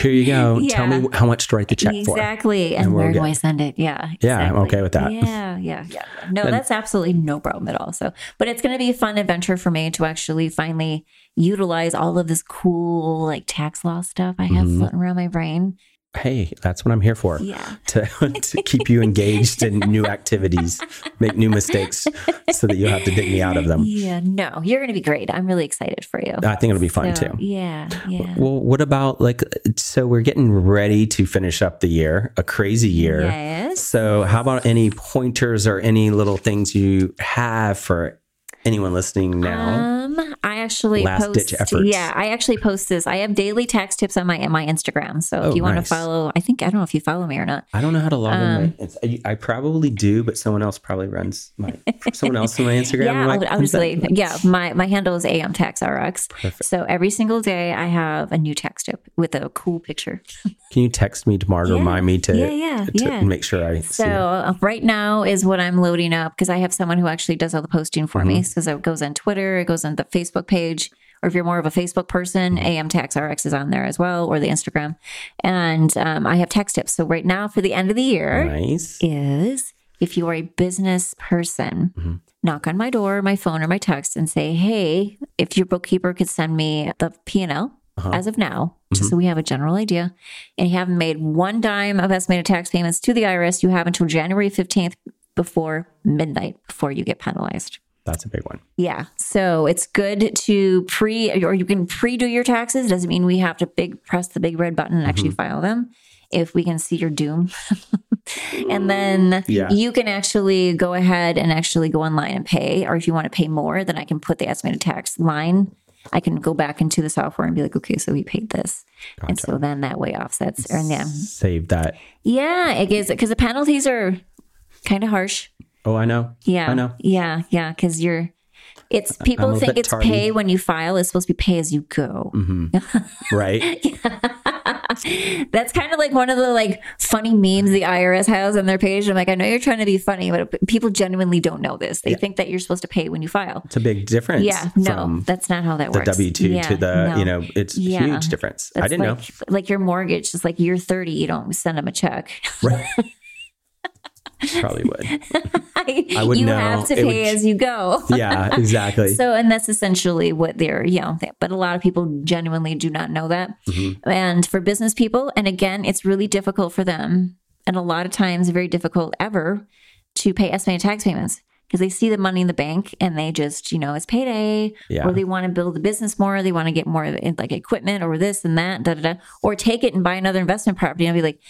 C: here you go. Tell
A: Yeah.
C: me how much to write the check for.
A: exactly. And,
C: And we'll
A: where do
C: get-
A: I send it? Yeah.
C: Yeah, I'm
A: exactly.
C: okay with that.
A: Yeah, yeah, yeah. No,
C: Then-
A: that's absolutely no problem at all. So, but it's going to be a fun adventure for me to actually finally utilize all of this cool like tax law stuff I have
C: Mhm.
A: floating around my brain.
C: Hey, that's what I'm here for.
A: Yeah.
C: To, to keep you engaged in new activities, make new mistakes so that you'll have to dig me out of them.
A: Yeah. No, you're going to be great. I'm really excited for you.
C: I think it'll be fun
A: So,
C: too.
A: Yeah, yeah.
C: Well, what about like, so we're getting ready to finish up the year, a crazy year.
A: Yes.
C: So, how about any pointers or any little things you have for anyone listening now?
A: Um, I actually
C: Last
A: post.
C: ditch efforts.
A: Yeah, I actually post this. I have daily tax tips on my on my Instagram. So if
C: Oh,
A: you want
C: nice.
A: to follow, I think I don't know if you follow me or not.
C: I don't know how to log
A: um,
C: in. My, it's, I, I probably do, but someone else probably runs my someone else on my Instagram.
A: Yeah,
C: I'm like,
A: I'll, I'll just
C: "Who's that?"
A: leave. Yeah, my my handle is amtaxrx. So every single day I have a new tax tip with a cool picture.
C: Can you text me tomorrow to
A: Yeah.
C: remind me to,
A: Yeah, yeah,
C: to
A: yeah.
C: make sure I
A: So
C: see it?
A: uh, right now is what I'm loading up because I have someone who actually does all the posting for me. So it goes on Twitter, it goes on the Facebook page, or if you're more of a Facebook person, AM Tax RX is on there as well, or the Instagram. And um, I have tax tips. So right now for the end of the year
C: Nice.
A: is if you are a business person, knock on my door, my phone, or my text, and say, "Hey, if your bookkeeper could send me the P and L as of now, just so we have a general idea, and you haven't made one dime of estimated tax payments to the IRS, you have until January fifteenth before midnight before you get penalized."
C: That's a big one.
A: Yeah. So it's good to pre or you can pre do your taxes. Doesn't mean we have to big press the big red button and actually file them if we can see your doom. and then
C: Yeah.
A: you can actually go ahead and actually go online and pay. Or if you want to pay more, then I can put the estimated tax line. I can go back into the software and be like, okay, so we paid this. And so then that way offsets. Or yeah.
C: Save that.
A: Yeah, it gives because the penalties are kind of harsh.
C: Oh, I know.
A: Yeah.
C: I know.
A: Yeah, yeah, because you're. It's people
C: a
A: think
C: bit
A: it's
C: tardy. Mm-hmm.
A: pay when you file. It's supposed to be pay as you go.
C: Right.
A: That's kind of like one of the like funny memes the IRS has on their page. I'm like, I know you're trying to be funny, but people genuinely don't know this. They think that you're supposed to pay when you file.
C: It's a big difference.
A: Yeah, no,
C: From
A: that's not how that
C: the
A: works.
C: W two
A: Yeah,
C: to the
A: no.
C: you know it's
A: Yeah.
C: huge difference. I
A: That's
C: didn't
A: like, know. Like your mortgage is like year 30, you don't send them a check.
C: know. Probably would.
A: I
C: would
A: you
C: know.
A: have to
C: It would
A: pay
C: j-
A: as you go.
C: Yeah. Exactly.
A: So, and that's essentially what they're, you know, but a lot of people genuinely do not know that.
C: Mm-hmm.
A: And for business people, and again, it's really difficult for them, and a lot of times very difficult ever to pay estimated tax payments because they see the money in the bank and they just, you know, it's payday,
C: Yeah.
A: or they want to build the business more, they want to get more in, like equipment or this and that, da da da, or take it and buy another investment property and be like,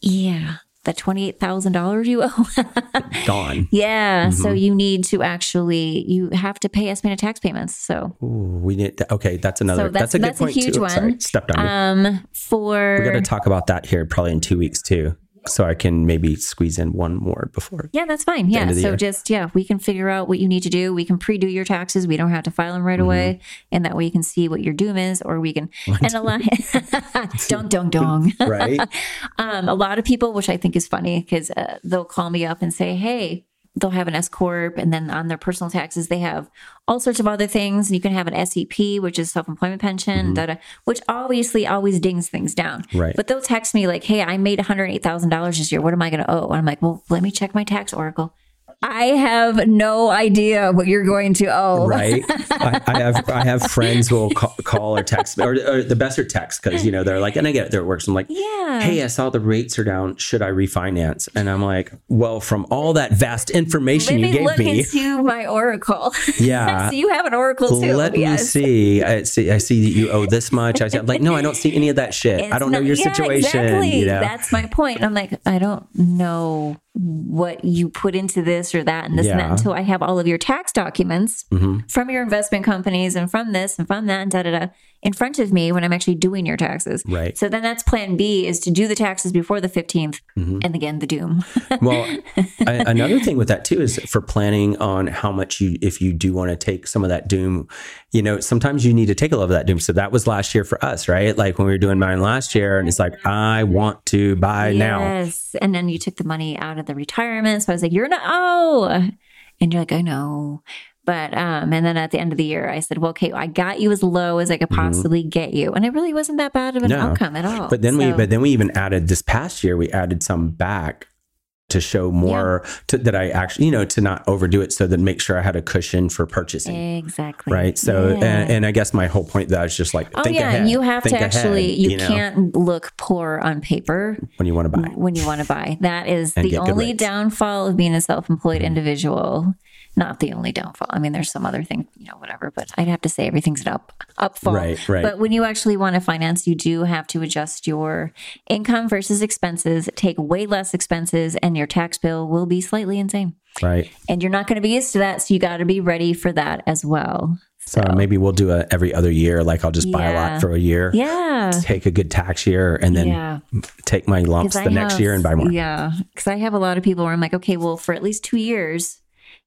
A: yeah, that twenty eight thousand dollars you owe.
C: Gone.
A: Yeah. So
C: Mm-hmm.
A: you need to actually you have to pay estimated tax payments. So
C: Ooh, we need. To, okay, that's another.
A: So
C: that's, a good
A: that's- that's a
C: point
A: huge
C: too. Sorry,
A: one.
C: stepped on you.
A: um
C: we got
A: for
C: to talk about that here probably in two weeks too, so I can maybe squeeze in one more before.
A: yeah, that's fine. Yeah.
C: end of the
A: So
C: year.
A: just yeah, we can figure out what you need to do. We can pre-do your taxes. We don't have to file them right
C: Mm-hmm.
A: away, and that way you can see what your doom is, or we can and a lot. dong dong dong.
C: Right.
A: um, a lot of people, which I think is funny, because uh, they'll call me up and say, "Hey." They'll have an S corp, and then on their personal taxes, they have all sorts of other things. And you can have an SEP, which is self employment pension, da da, which obviously always dings things down.
C: Mm-hmm. Right.
A: But they'll text me like, "Hey, I made one hundred eight thousand dollars this year. What am I going to owe?" And I'm like, "Well, let me check my tax oracle. I have no idea what you're going to owe.
C: right? I, I have I have friends who will call, call or text or, or the best are text because you know they're like, and I get it, there it works. I'm like,
A: Yeah.
C: hey, I saw the rates are down. Should I refinance? And I'm like, well, from all that vast
A: Let
C: information
A: me
C: you gave
A: look
C: me,
A: into my oracle.
C: Yeah.
A: so you have an oracle too.
C: let me
A: yes.
C: see. I see. I see that you owe this much. I see, I'm like, no, I don't see any of that shit. I
A: It's
C: don't know
A: not-
C: your
A: yeah,
C: situation.
A: Exactly.
C: You know,
A: That's my point. I'm like, I don't know what you put into this or that and this and that
C: Yeah. Mm-hmm.
A: until I have all of your tax documents from your investment companies and from this and from that and da da da in front of me when I'm actually doing your taxes.
C: Right.
A: So then that's plan B is to do the taxes before the 15th
C: Mm-hmm.
A: and again the doom.
C: well, I, another thing with that too is for planning on how much you, if you do want to take some of that doom, you know, sometimes you need to take a little of that doom. So that was last year for us, right? Like when we were doing mine last year, and it's like I want to buy now.
A: Yes. And then you took the money out of the retirement. So I was like, you're not, oh. And you're like, I know. But, um, and then at the end of the year, I said, well, okay, I got you as low as I could possibly get you. And it really wasn't that bad of an
C: Mm-hmm. No.
A: outcome at all.
C: But then we,
A: So-
C: but then we even added this past year, we added some back to show more to, that I actually, you know, to not overdo it, so that make sure I had a cushion for purchasing.
A: exactly.
C: Right. So, uh,
A: Yeah.
C: and, and I guess my whole point that I was just like,
A: oh,
C: think
A: yeah.
C: ahead,
A: you have to
C: think ahead,
A: actually, you,
C: know,
A: can't look poor on paper.
C: when you want to buy.
A: when you want to buy. That is
C: And
A: the
C: get good
A: only
C: rates.
A: downfall of being a self-employed individual. Not the only downfall. I mean, there's some other thing, you know, whatever. But I'd have to say everything's an up upfall.
C: Right, right.
A: But when you actually want to finance, you do have to adjust your income versus expenses. Take way less expenses, and your tax bill will be slightly insane.
C: Right.
A: And you're not going to be used to that, so you got to be ready for that as well.
C: So maybe we'll do a every other year. Like I'll just buy a
A: Yeah.
C: lot for a year,
A: Yeah.
C: take a good tax year, and then
A: Yeah.
C: take my lumps
A: 'Cause
C: the
A: I
C: next
A: have-
C: year and buy more.
A: Yeah, because I have a lot of people where I'm like, okay, well, for at least two years,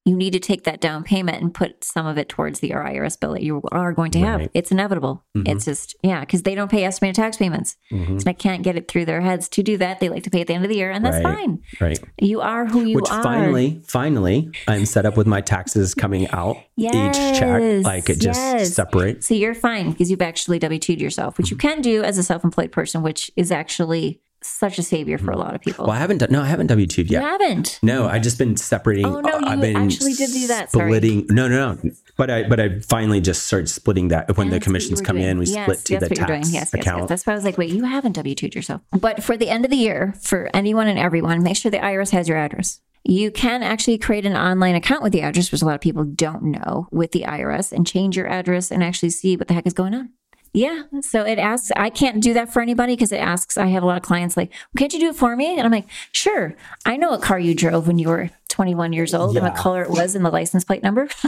A: you need to take that down payment and put some of it towards the IRS bill that you are going to have.
C: Right. Mm-hmm.
A: It's inevitable. It's just yeah, because they don't pay estimated tax payments, and I can't get it through their heads to do that. They like to pay at the end of the year, and that's
C: Right.
A: fine.
C: Right.
A: You are who you
C: Which
A: are.
C: finally, finally, I'm set up with my taxes coming out each
A: Yes,
C: check. Like it just
A: yes.
C: separates.
A: So you're fine because you've actually W 2'd yourself, which you
C: Mm-hmm.
A: can do as a self employed person, which is actually such a savior for a lot of people.
C: Mm-hmm. Well, I haven't done. No, I haven't W two'd
A: You
C: yet.
A: haven't.
C: No, I just been separating.
A: Oh, no,
C: I've
A: you
C: been
A: actually did do that. Sorry.
C: Splitting. No, no, no. But I, but I finally just started splitting that when
A: That's
C: the
A: what you
C: commissions
A: were
C: come
A: doing.
C: in, we
A: Yes,
C: split to
A: that's
C: the
A: what you're doing.
C: tax
A: Yes, yes, yes.
C: account.
A: That's why I was like, wait, you haven't W 2'd yourself. But for the end of the year, for anyone and everyone, make sure the IRS has your address. You can actually create an online account with the address, which a lot of people don't know with the IRS and change your address and actually see what the heck is going on. Yeah. So it asks, I can't do that for anybody because it asks, I have a lot of clients like, well, can't you do it for me? And I'm like, sure. I know what car you drove when you were 21 years old and what
C: Yeah.
A: color it was and the license plate number.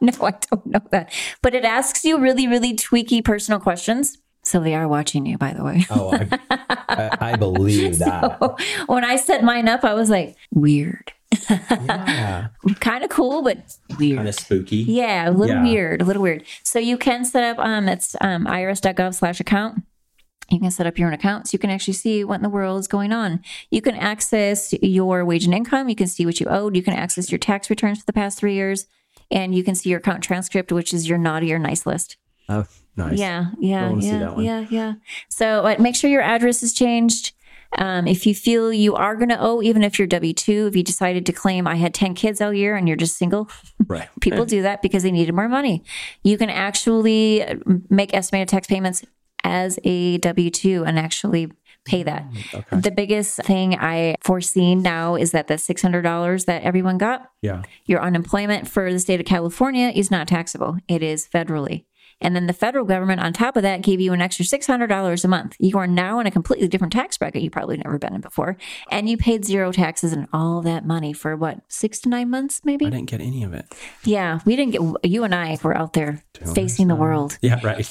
A: no, I don't know that. But it asks you really, really tweaky personal questions. So they are watching you, by the way.
C: Oh, I, I, I believe that.
A: when I set mine up, I was like, weird.
C: yeah.
A: Kind of cool, but weird.
C: Kind of spooky.
A: Yeah, a little
C: Yeah.
A: weird, a little weird. So you can set up um it's um irs.gov slash account. You can set up your own account so you can actually see what in the world is going on. You can access your wage and income, you can see what you owed, you can access your tax returns for the past three years, and you can see your account transcript, which is your naughty or nice list.
C: Oh, nice.
A: Yeah, yeah,
C: wanna see
A: yeah,
C: that one.
A: yeah, yeah. So uh, make sure your address is changed. Um, if you feel you are going to owe, even if you're W 2, if you decided to claim I had 10 kids all year and you're just single,
C: Right.
A: People do that because they needed more money. You can actually uh, make estimated tax payments as a W 2 and actually pay that.
C: Mm,
A: The biggest thing I foreseen now is that the $600 that everyone got,
C: Yeah.
A: your unemployment for the state of California is not taxable, it is federally. And then the federal government, on top of that, gave you an extra $600 a month. You are now in a completely different tax bracket you've probably never been in before. And you paid zero taxes and all that money for what, six to nine months, maybe?
C: I didn't get any of it.
A: Yeah, we didn't get you and I were out there facing the world.
C: Yeah, right.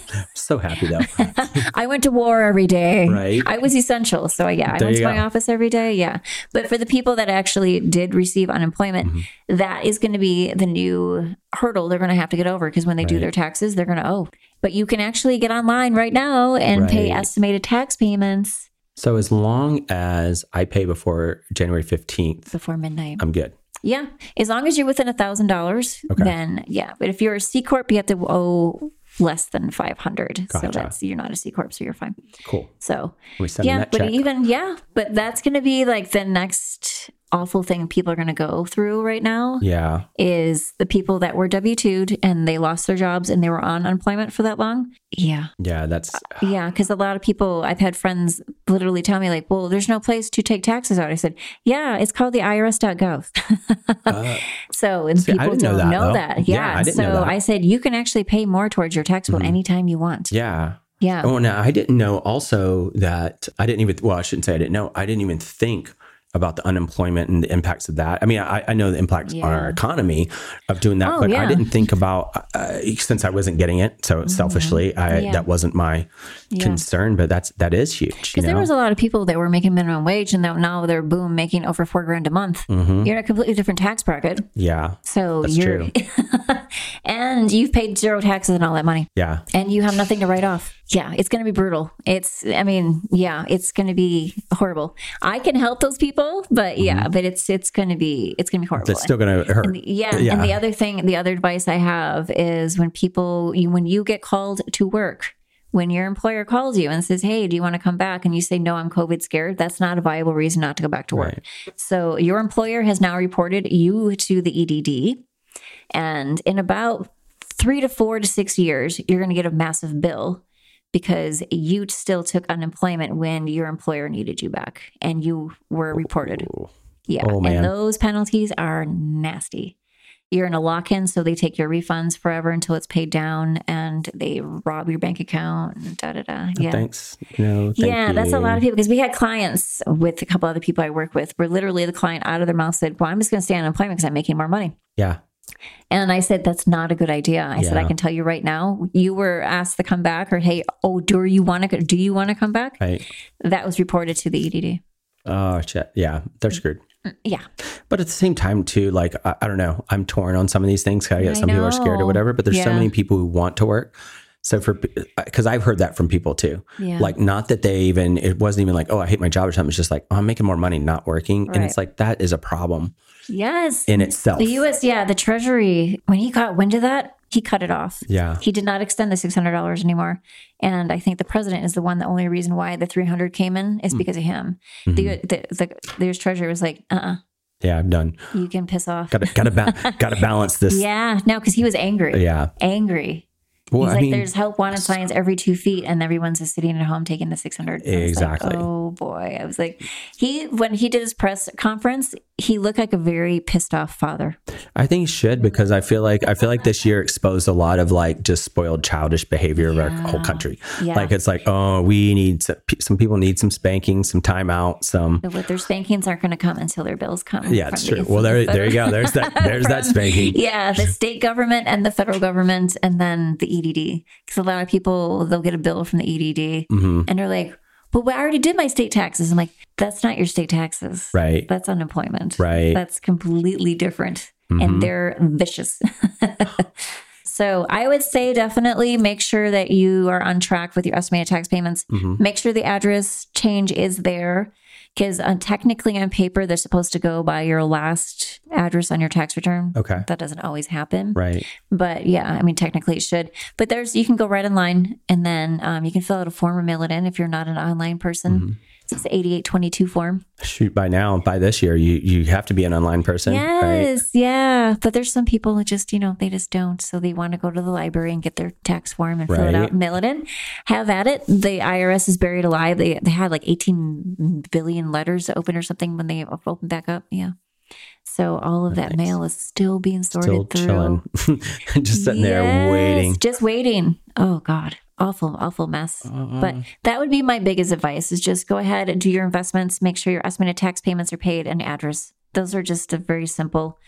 C: so happy though.
A: I went to war every day.
C: Right.
A: I was essential. So yeah, I
C: There
A: went to
C: you
A: my
C: go.
A: office every day. Yeah. But for the people that actually did receive unemployment,
C: Mm-hmm.
A: that is going to be the new hurdle they're going to have to get over because when they do
C: Right.
A: their taxes, they're going to owe. But you can actually get online right now and pay
C: Right.
A: estimated tax payments
C: so as long as I pay before January 15th,
A: before midnight.
C: I'm good.
A: Yeah, as long as you're within a thousand dollars,
C: Oh. Okay.
A: then yeah. But if you're a C corp, you have to owe less than five hundred. So
C: Gotcha.
A: that's you're not a C corp, so you're fine.
C: Cool.
A: So
C: We send them
A: yeah,
C: that
A: but
C: check.
A: even yeah, but that's going to be like the next awful thing people are going to go through right now
C: yeah.
A: is the people that were W two'd and they lost their jobs and they were on unemployment for that long. Yeah,
C: Yeah. That's
A: yeah, because a lot of people, I've had friends literally tell me, like, well, there's no place to take taxes out. I said, yeah, it's called the IRS.gov. so, and
C: Uh, See, I
A: people
C: didn't know
A: don't
C: that,
A: know
C: though.
A: that.
C: Yeah,
A: Yeah.
C: I didn't
A: so
C: know that. Mm-hmm.
A: I said, you can actually pay more towards your tax bill anytime you want.
C: yeah.
A: Yeah.
C: Oh, now I didn't know also that I didn't even, well, I shouldn't say I didn't know. I didn't even think about the unemployment and the impacts of that. I mean, I, I know the impacts on
A: Yeah.
C: our economy of doing that,
A: Oh,
C: but
A: yeah. Mm-hmm.
C: I didn't think about, uh, since I wasn't getting it. So selfishly, I,
A: Yeah.
C: that wasn't my
A: Yeah.
C: concern, but that's, that is huge. You
A: Because
C: know?
A: there was a lot of people that were making minimum wage and now they're boom making over four grand a month. You're in a completely different tax bracket.
C: yeah.
A: So
C: Mm-hmm. That's
A: you're,
C: true.
A: and you've paid zero taxes and all that money.
C: Yeah.
A: and you have nothing to write off. Yeah, it's going to be brutal. It's, I mean, yeah, it's going to be horrible. I can help those people, but yeah, but it's it's going to be it's going to be horrible.
C: Mm-hmm. That's still going to hurt.
A: yeah,
C: Yeah.
A: and the other thing, the other advice I have is when people, you, when you get called to work, when your employer calls you and says, "Hey, do you want to come back?" and you say, "No, I'm COVID scared," that's not a viable reason not to go back to work. So your employer has now reported you to the EDD, and in about three to four to six years, you're going to get a massive bill because you still took unemployment when your employer needed you back and you were reported.
C: Ooh.
A: Yeah.
C: Oh, man.
A: And those penalties are nasty. You're in a lock in, so they take your refunds forever until it's paid down and they rob your bank account. and Da, da, da. Yeah.
C: Thanks. No, Uh, thank
A: yeah, that's a lot of
C: you.
A: people because we had clients with a couple other people I work with where literally the client out of their mouth said, Well, I'm just going to stay on unemployment because I'm making more money.
C: Yeah.
A: And I said, that's not a good idea. I said,
C: Yeah.
A: I can tell you right now, you were asked to come back or, hey, oh, do you want to, do you want to come back?
C: Right.
A: That was reported to the E EDD.
C: Oh, shit. Yeah. They're screwed.
A: Yeah.
C: But at the same time, too, like, I, I don't know. I'm torn on some of these things. 'cause I
A: I
C: guess some people are scared
A: know.
C: or whatever, but there's so
A: Yeah.
C: many people who want to work. So for, because I've heard that from people too.
A: Yeah.
C: Like, not that they even, it wasn't even like, oh, I hate my job or something. It's just like, oh, I'm making more money not working. And it's like, that is a problem
A: Yes.
C: in itself.
A: The U.S., yeah, the Treasury, when he got wind of that, he cut it off.
C: yeah.
A: He did not extend the $600 anymore. And I think the president is the one, the only reason why the 300 came in
C: Mm.
A: is because of him.
C: Mm-hmm.
A: The, the, the, the U.S. Treasury was like, uh-uh,
C: Yeah. I'm done.
A: you can piss off.
C: Gotta, gotta, ba- gotta balance this.
A: Yeah. No, because he was angry.
C: Yeah.
A: Angry.
C: Well,
A: He's
C: I
A: like,
C: mean,
A: there's help wanted signs every two feet, and everyone's just sitting at home taking the 600. I was like,
C: Exactly.
A: oh boy. I was like, he, when he did his press conference, he looked like a very pissed off father.
C: I think he should because I feel like I feel like this year exposed a lot of like just spoiled childish behavior of our whole country.
A: Yeah.
C: Like it's like oh we need some, pe- some people need some spanking, some time out, some
A: But their spankings aren't going to come until their bills come.
C: yeah,
A: from
C: it's
A: the-
C: true. Well there there you go. There's that there's that spanking.
A: Yeah, the state government and the federal government, and then the E EDD. Because a lot of people they'll get a bill from the EDD,
C: Mm. Mm-hmm.
A: and they're like, "But I already did my state taxes." I'm like, "That's not your state taxes.
C: Right.
A: That's unemployment.
C: Right. Mm-hmm.
A: That's completely different." And they're vicious. So I would say definitely make sure that you are on track with your estimated tax payments.
C: Mm-hmm.
A: Make sure the address change is there because uh, technically on paper, they're supposed to go by your last address on your tax return.
C: Okay.
A: That doesn't always happen.
C: Right.
A: But yeah, I mean, technically it should. But there's, you can go right online and then um, you can fill out a form or mail it in if you're not an online person.
C: Mm-hmm.
A: So It's 8822 form.
C: Shoot by now by this year you you have to be an online person. Right.
A: Yes, yeah. But there's some people that just, you know, they just don't. So they want to go to the library and get their tax form and fill it out
C: Right.
A: and mail it in. Have at it. The IRS is buried alive. They, they had like 18 billion letters to open or something when they opened back up. Yeah. So all of that mail is still being sorted
C: Still
A: through.
C: chilling. just sitting there
A: Yes,
C: waiting.
A: Just waiting. Oh God. Awful, awful mess. But that would be my biggest advice is just go ahead and do your investments, make sure your estimated tax payments are paid and address. Those are just a very simple.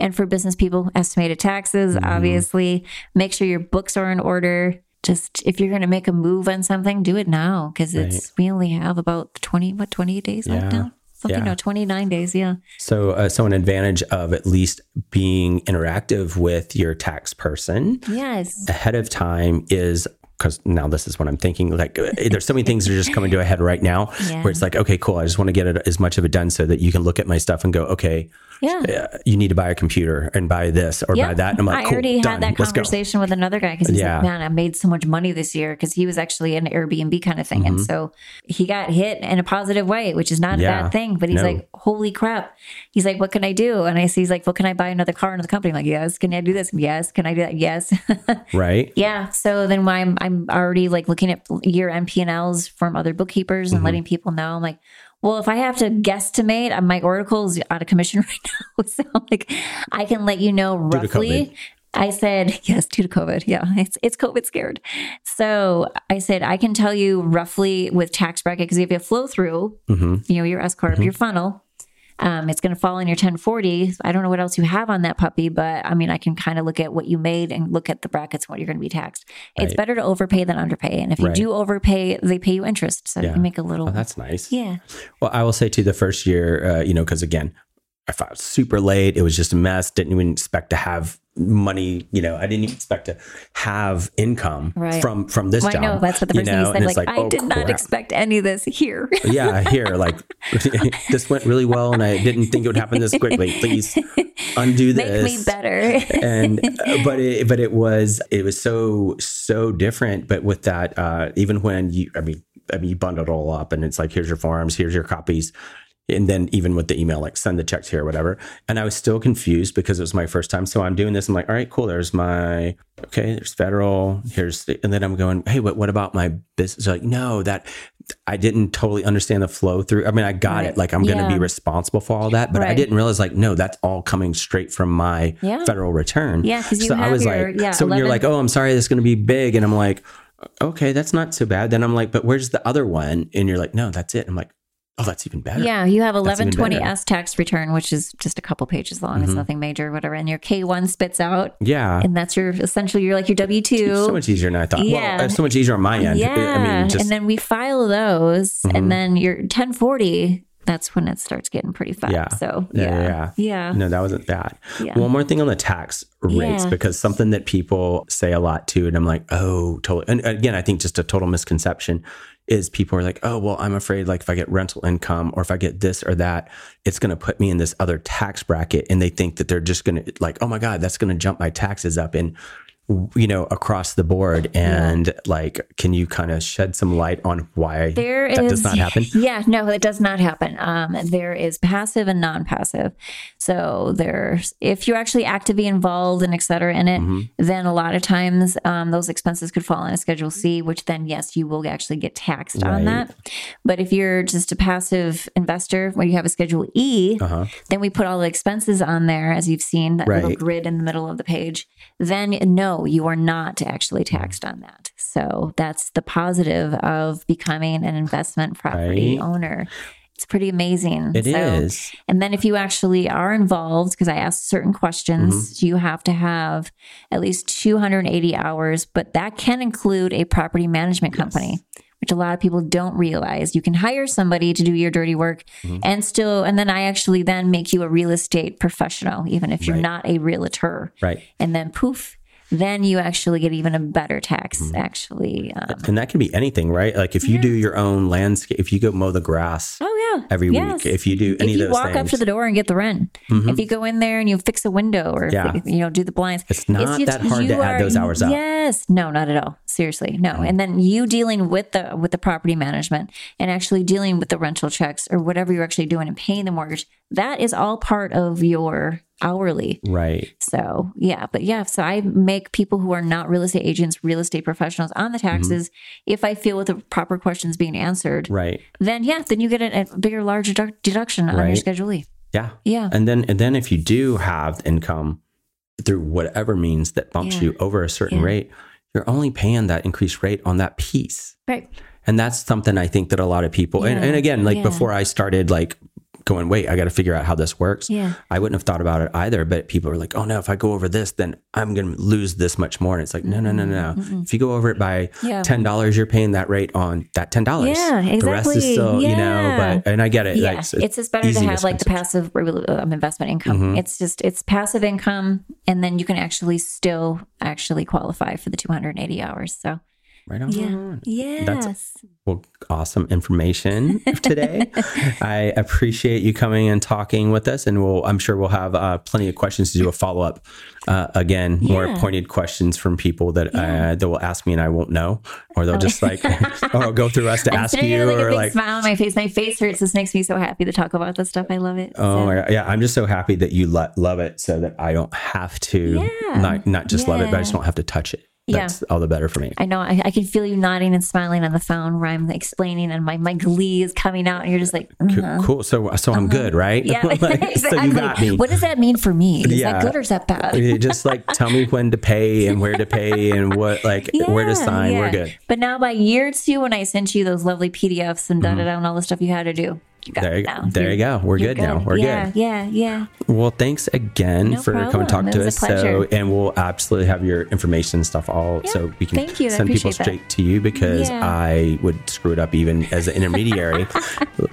A: And for business people, estimated taxes,
C: Mm-hmm.
A: obviously. Make sure your books are in order. Just if you're going to make a move on something, do it now because it's we only have about 20, what, 28 days left
C: Yeah.
A: now? Something,
C: Yeah.
A: no, 29 days. Yeah.
C: So, uh, so an advantage of at least being interactive with your tax person
A: Yes.
C: ahead of time is because now this is what I'm thinking. Like, uh, there's so many things that are just coming to a head right now,
A: Yeah.
C: where it's like, okay, cool. I just want to get it as much of it done so that you can look at my stuff and go, okay,
A: Yeah.
C: uh, you need to buy a computer and buy this or buy
A: Yeah.
C: that. And I'm like,
A: I
C: cool,
A: already
C: done.
A: had that
C: Let's go.
A: conversation with another guy because he's
C: Yeah.
A: like, man, I made so much money this year because he was actually an Airbnb kind of thing. And
C: Mm-hmm.
A: so he got hit in a positive way, which is not a
C: Yeah.
A: bad thing. But he's
C: No.
A: like, holy crap. He's like, what can I do? And I see, he's like, well, can I buy another car, another company? I'm like, yes. Can I do this? Yes. Can I do that? Yes.
C: Right.
A: yeah. So then why I'm, I'm already like looking at year end P&Ls from other bookkeepers
C: Mm-hmm.
A: and letting people know. I'm like, well, if I have to guesstimate, uh, my Oracle is out of commission right now. So like, I can let you know
C: Due to
A: roughly. I said, yes, due to COVID. Yeah, it's, it's COVID scared. So I said, I can tell you roughly with tax bracket, because if you have flow through,
C: Mm-hmm.
A: you know, your S Corp, your funnel, um, it's going to fall in your 1040. I don't know what else you have on that puppy, but I mean, I can kind of look at what you made and look at the brackets, what you're going to be taxed. It's better to overpay than underpay. And if you
C: Right.
A: do overpay, they pay you interest. So you
C: Yeah.
A: can make a little.
C: Oh, that's nice.
A: yeah.
C: Well, I will say too, the first year, uh, you know, because again, I was super late. It was just a mess. Didn't even expect to have money. You know, I didn't even expect to have income
A: Right.
C: from from this
A: Well, I
C: job.
A: know that's what the
C: you
A: person
C: know,
A: he
C: and
A: said.
C: it's
A: Like, I
C: oh,
A: did not
C: crap.
A: expect any of this here.
C: yeah, here, like this went really well, and I didn't think it would happen this quickly. Please undo
A: Make
C: this.
A: me better.
C: and uh, but it but it was it was so so different but with that uh even when you i mean i mean you bundled it all up and it's like here's your forms here's your copies and then even with the email like send the checks here or whatever and i was still confused because it was my first time so i'm doing this i'm like all right cool there's my okay there's federal here's the, and then i'm going hey what, what about my business like no that i didn't totally understand the flow through i mean i got
A: Right.
C: it like i'm gonna
A: Yeah.
C: be responsible for all that but i
A: Right.
C: didn't realize like no that's all coming straight from my
A: Yeah.
C: federal return
A: Yeah, 'cause you
C: so I
A: have
C: was
A: your-
C: like,
A: yeah,
C: so when you're
A: 11
C: like, oh, I'm sorry, that's going to be big, and I'm like, okay, that's not so bad. Then I'm like, but where's the other one? And you're like, no, that's it. I'm like, oh, that's even better.
A: Yeah, you have
C: That's even
A: 1120S tax return, which is just a couple pages long. It's nothing major, whatever. And your K1 spits out,
C: yeah.
A: and that's your essentially you're like your W
C: It's so
A: two.
C: much easier than I thought.
A: Yeah.
C: Well, it's so much easier on my end.
A: Yeah,
C: I mean, just Mm-hmm.
A: and then we file those, and then your 1040. That's when it starts getting pretty fat.
C: Yeah.
A: So
C: Yeah,
A: yeah,
C: yeah, no, that wasn't bad.
A: Yeah.
C: One more thing on the tax rates
A: Yeah.
C: because something that people say a lot too, and I'm like, oh, totally. And again, I think just a total misconception is people are like, oh, well, I'm afraid like if I get rental income or if I get this or that, it's going to put me in this other tax bracket, and they think that they're just going to like, oh my god, that's going to jump my taxes up and. you know, across the board? And like, can you kind of shed some light on why
A: There
C: that
A: is-
C: does not happen?
A: Yeah, no, it does not happen. Um, there is passive and non-passive. So there's if you're actually actively involved and et cetera in it,
C: Mm-hmm.
A: then a lot of times um, those expenses could fall on a Schedule C, which then yes, you will actually get taxed on
C: Right.
A: that. But if you're just a passive investor where you have a Schedule E,
C: Uh-huh.
A: then we put all the expenses on there, as you've seen that little
C: Right.
A: grid in the middle of the page. Then no, you are not actually taxed on that. So that's the positive of becoming an investment property
C: Right.
A: owner. It's pretty amazing.
C: It is.
A: And then if you actually are involved, because I asked certain questions,
C: Mm-hmm.
A: you have to have at least 280 hours, but that can include a property management company. Which a lot of people don't realize. You can hire somebody to do your dirty work
C: Mm-hmm.
A: and still, and then I actually then make you a real estate professional, even if you're
C: Right.
A: not a realtor.
C: Right.
A: And then poof, then you actually get even a better tax,
C: Mm-hmm.
A: actually. Um,
C: And that can be anything, right? Like if you do your own landscape, if you go mow the grass
A: oh, yeah.
C: every
A: Yes.
C: week, if you do any
A: if you
C: of those
A: walk
C: things, Mm-hmm.
A: up to the door and get the rent, if you go in there and you fix a window or if
C: Yeah.
A: you know do the blinds,
C: It's not that hard to
A: you
C: add those hours up. Mm-hmm.
A: Yes, no, not at all. Seriously, no. And then you dealing with the with the property management and actually dealing with the rental checks or whatever you're actually doing and paying the mortgage. That is all part of your hourly.
C: right.
A: So yeah, but yeah, so I make people who are not real estate agents, real estate professionals on
C: Mm-hmm.
A: the taxes. If I feel with the proper questions being answered,
C: Right.
A: then yeah, then you get a, a bigger, large deduc- deduction on your
C: Right. Uh,
A: Schedule E.
C: Yeah.
A: Yeah.
C: And then and then if you do have income through whatever means that bumps
A: Yeah.
C: you over a certain
A: Yeah.
C: rate, you're only paying that increased rate on that piece.
A: Right.
C: And that's something I think that a lot of people and,
A: Yeah.
C: and again, like
A: Yeah.
C: before I started like going, wait, I gotta figure out how this works.
A: Yeah.
C: I wouldn't have thought about it either, but people are like, oh no, if I go over this, then I'm going to lose this much more. And it's like, no, no, no, no. If you go over it by
A: Yeah.
C: $10, you're paying that rate on that $10.
A: Yeah,
C: The rest is
A: exactly.
C: still, you know,
A: Yeah.
C: but, and I get it.
A: Yeah.
C: like,
A: It's, just better to
C: easy
A: have like the
C: misconception.
A: passive um, investment income.
C: Mm-hmm.
A: It's just, it's passive income. And then you can actually still actually qualify for the 280 hours. So,
C: Right on. right on.
A: yes.
C: Well, awesome information today. I appreciate you coming and talking with us, and we'll, I'm sure we'll have uh, plenty of questions to do a follow up. Uh, again, more
A: Yeah.
C: pointed questions from people that uh, that will ask me and I won't know, or they'll just like, or I'll go through us to
A: I'm
C: ask
A: sitting
C: you,
A: here with, like a
C: or
A: big
C: like,
A: smile on my face. My face hurts. This makes me so happy to talk about this stuff. I love it.
C: oh
A: So,
C: my god, yeah, I'm just so happy that you lo- love it, so that I don't have to
A: Yeah.
C: not not just love it, but
A: Yeah.
C: I just don't have to touch it.
A: Yeah.
C: That's all the better for me.
A: I know I, I can feel you nodding and smiling on the phone where I'm explaining and my, my glee is coming out and you're just like,
C: Cool.
A: mhm.
C: cool. So so I'm good, right?
A: yeah,
C: Like, So you got
A: exactly.
C: me.
A: What does that mean for me? Is
C: Yeah.
A: that good or is that bad?
C: You just like tell me when to pay and where to pay and what like where to
A: Yeah,
C: sign. We're
A: yeah.
C: good.
A: But now by year two, when I sent you those lovely PDFs and da da da and all the stuff you had to do, you got
C: Mm-hmm. There
A: it
C: you go.
A: now.
C: There you go. We're
A: You're
C: good, now. We're
A: yeah,
C: good.
A: Yeah, yeah,
C: Well, thanks again
A: No
C: for coming
A: problem.
C: to talk
A: It
C: to
A: was
C: us.
A: a pleasure.
C: So, and we'll absolutely have your information and stuff all so we can
A: thank you. I
C: send people
A: appreciate that.
C: straight to you because
A: Yeah.
C: I would screw it up even as an intermediary.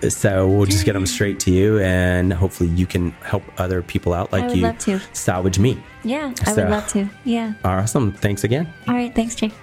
C: so we'll just get them straight to you, and hopefully you can help other people out like
A: would
C: you
A: love to.
C: salvage me.
A: yeah. I
C: So-
A: would love to. Yeah.
C: Awesome. Thanks again.
A: All right. Thanks, Jake.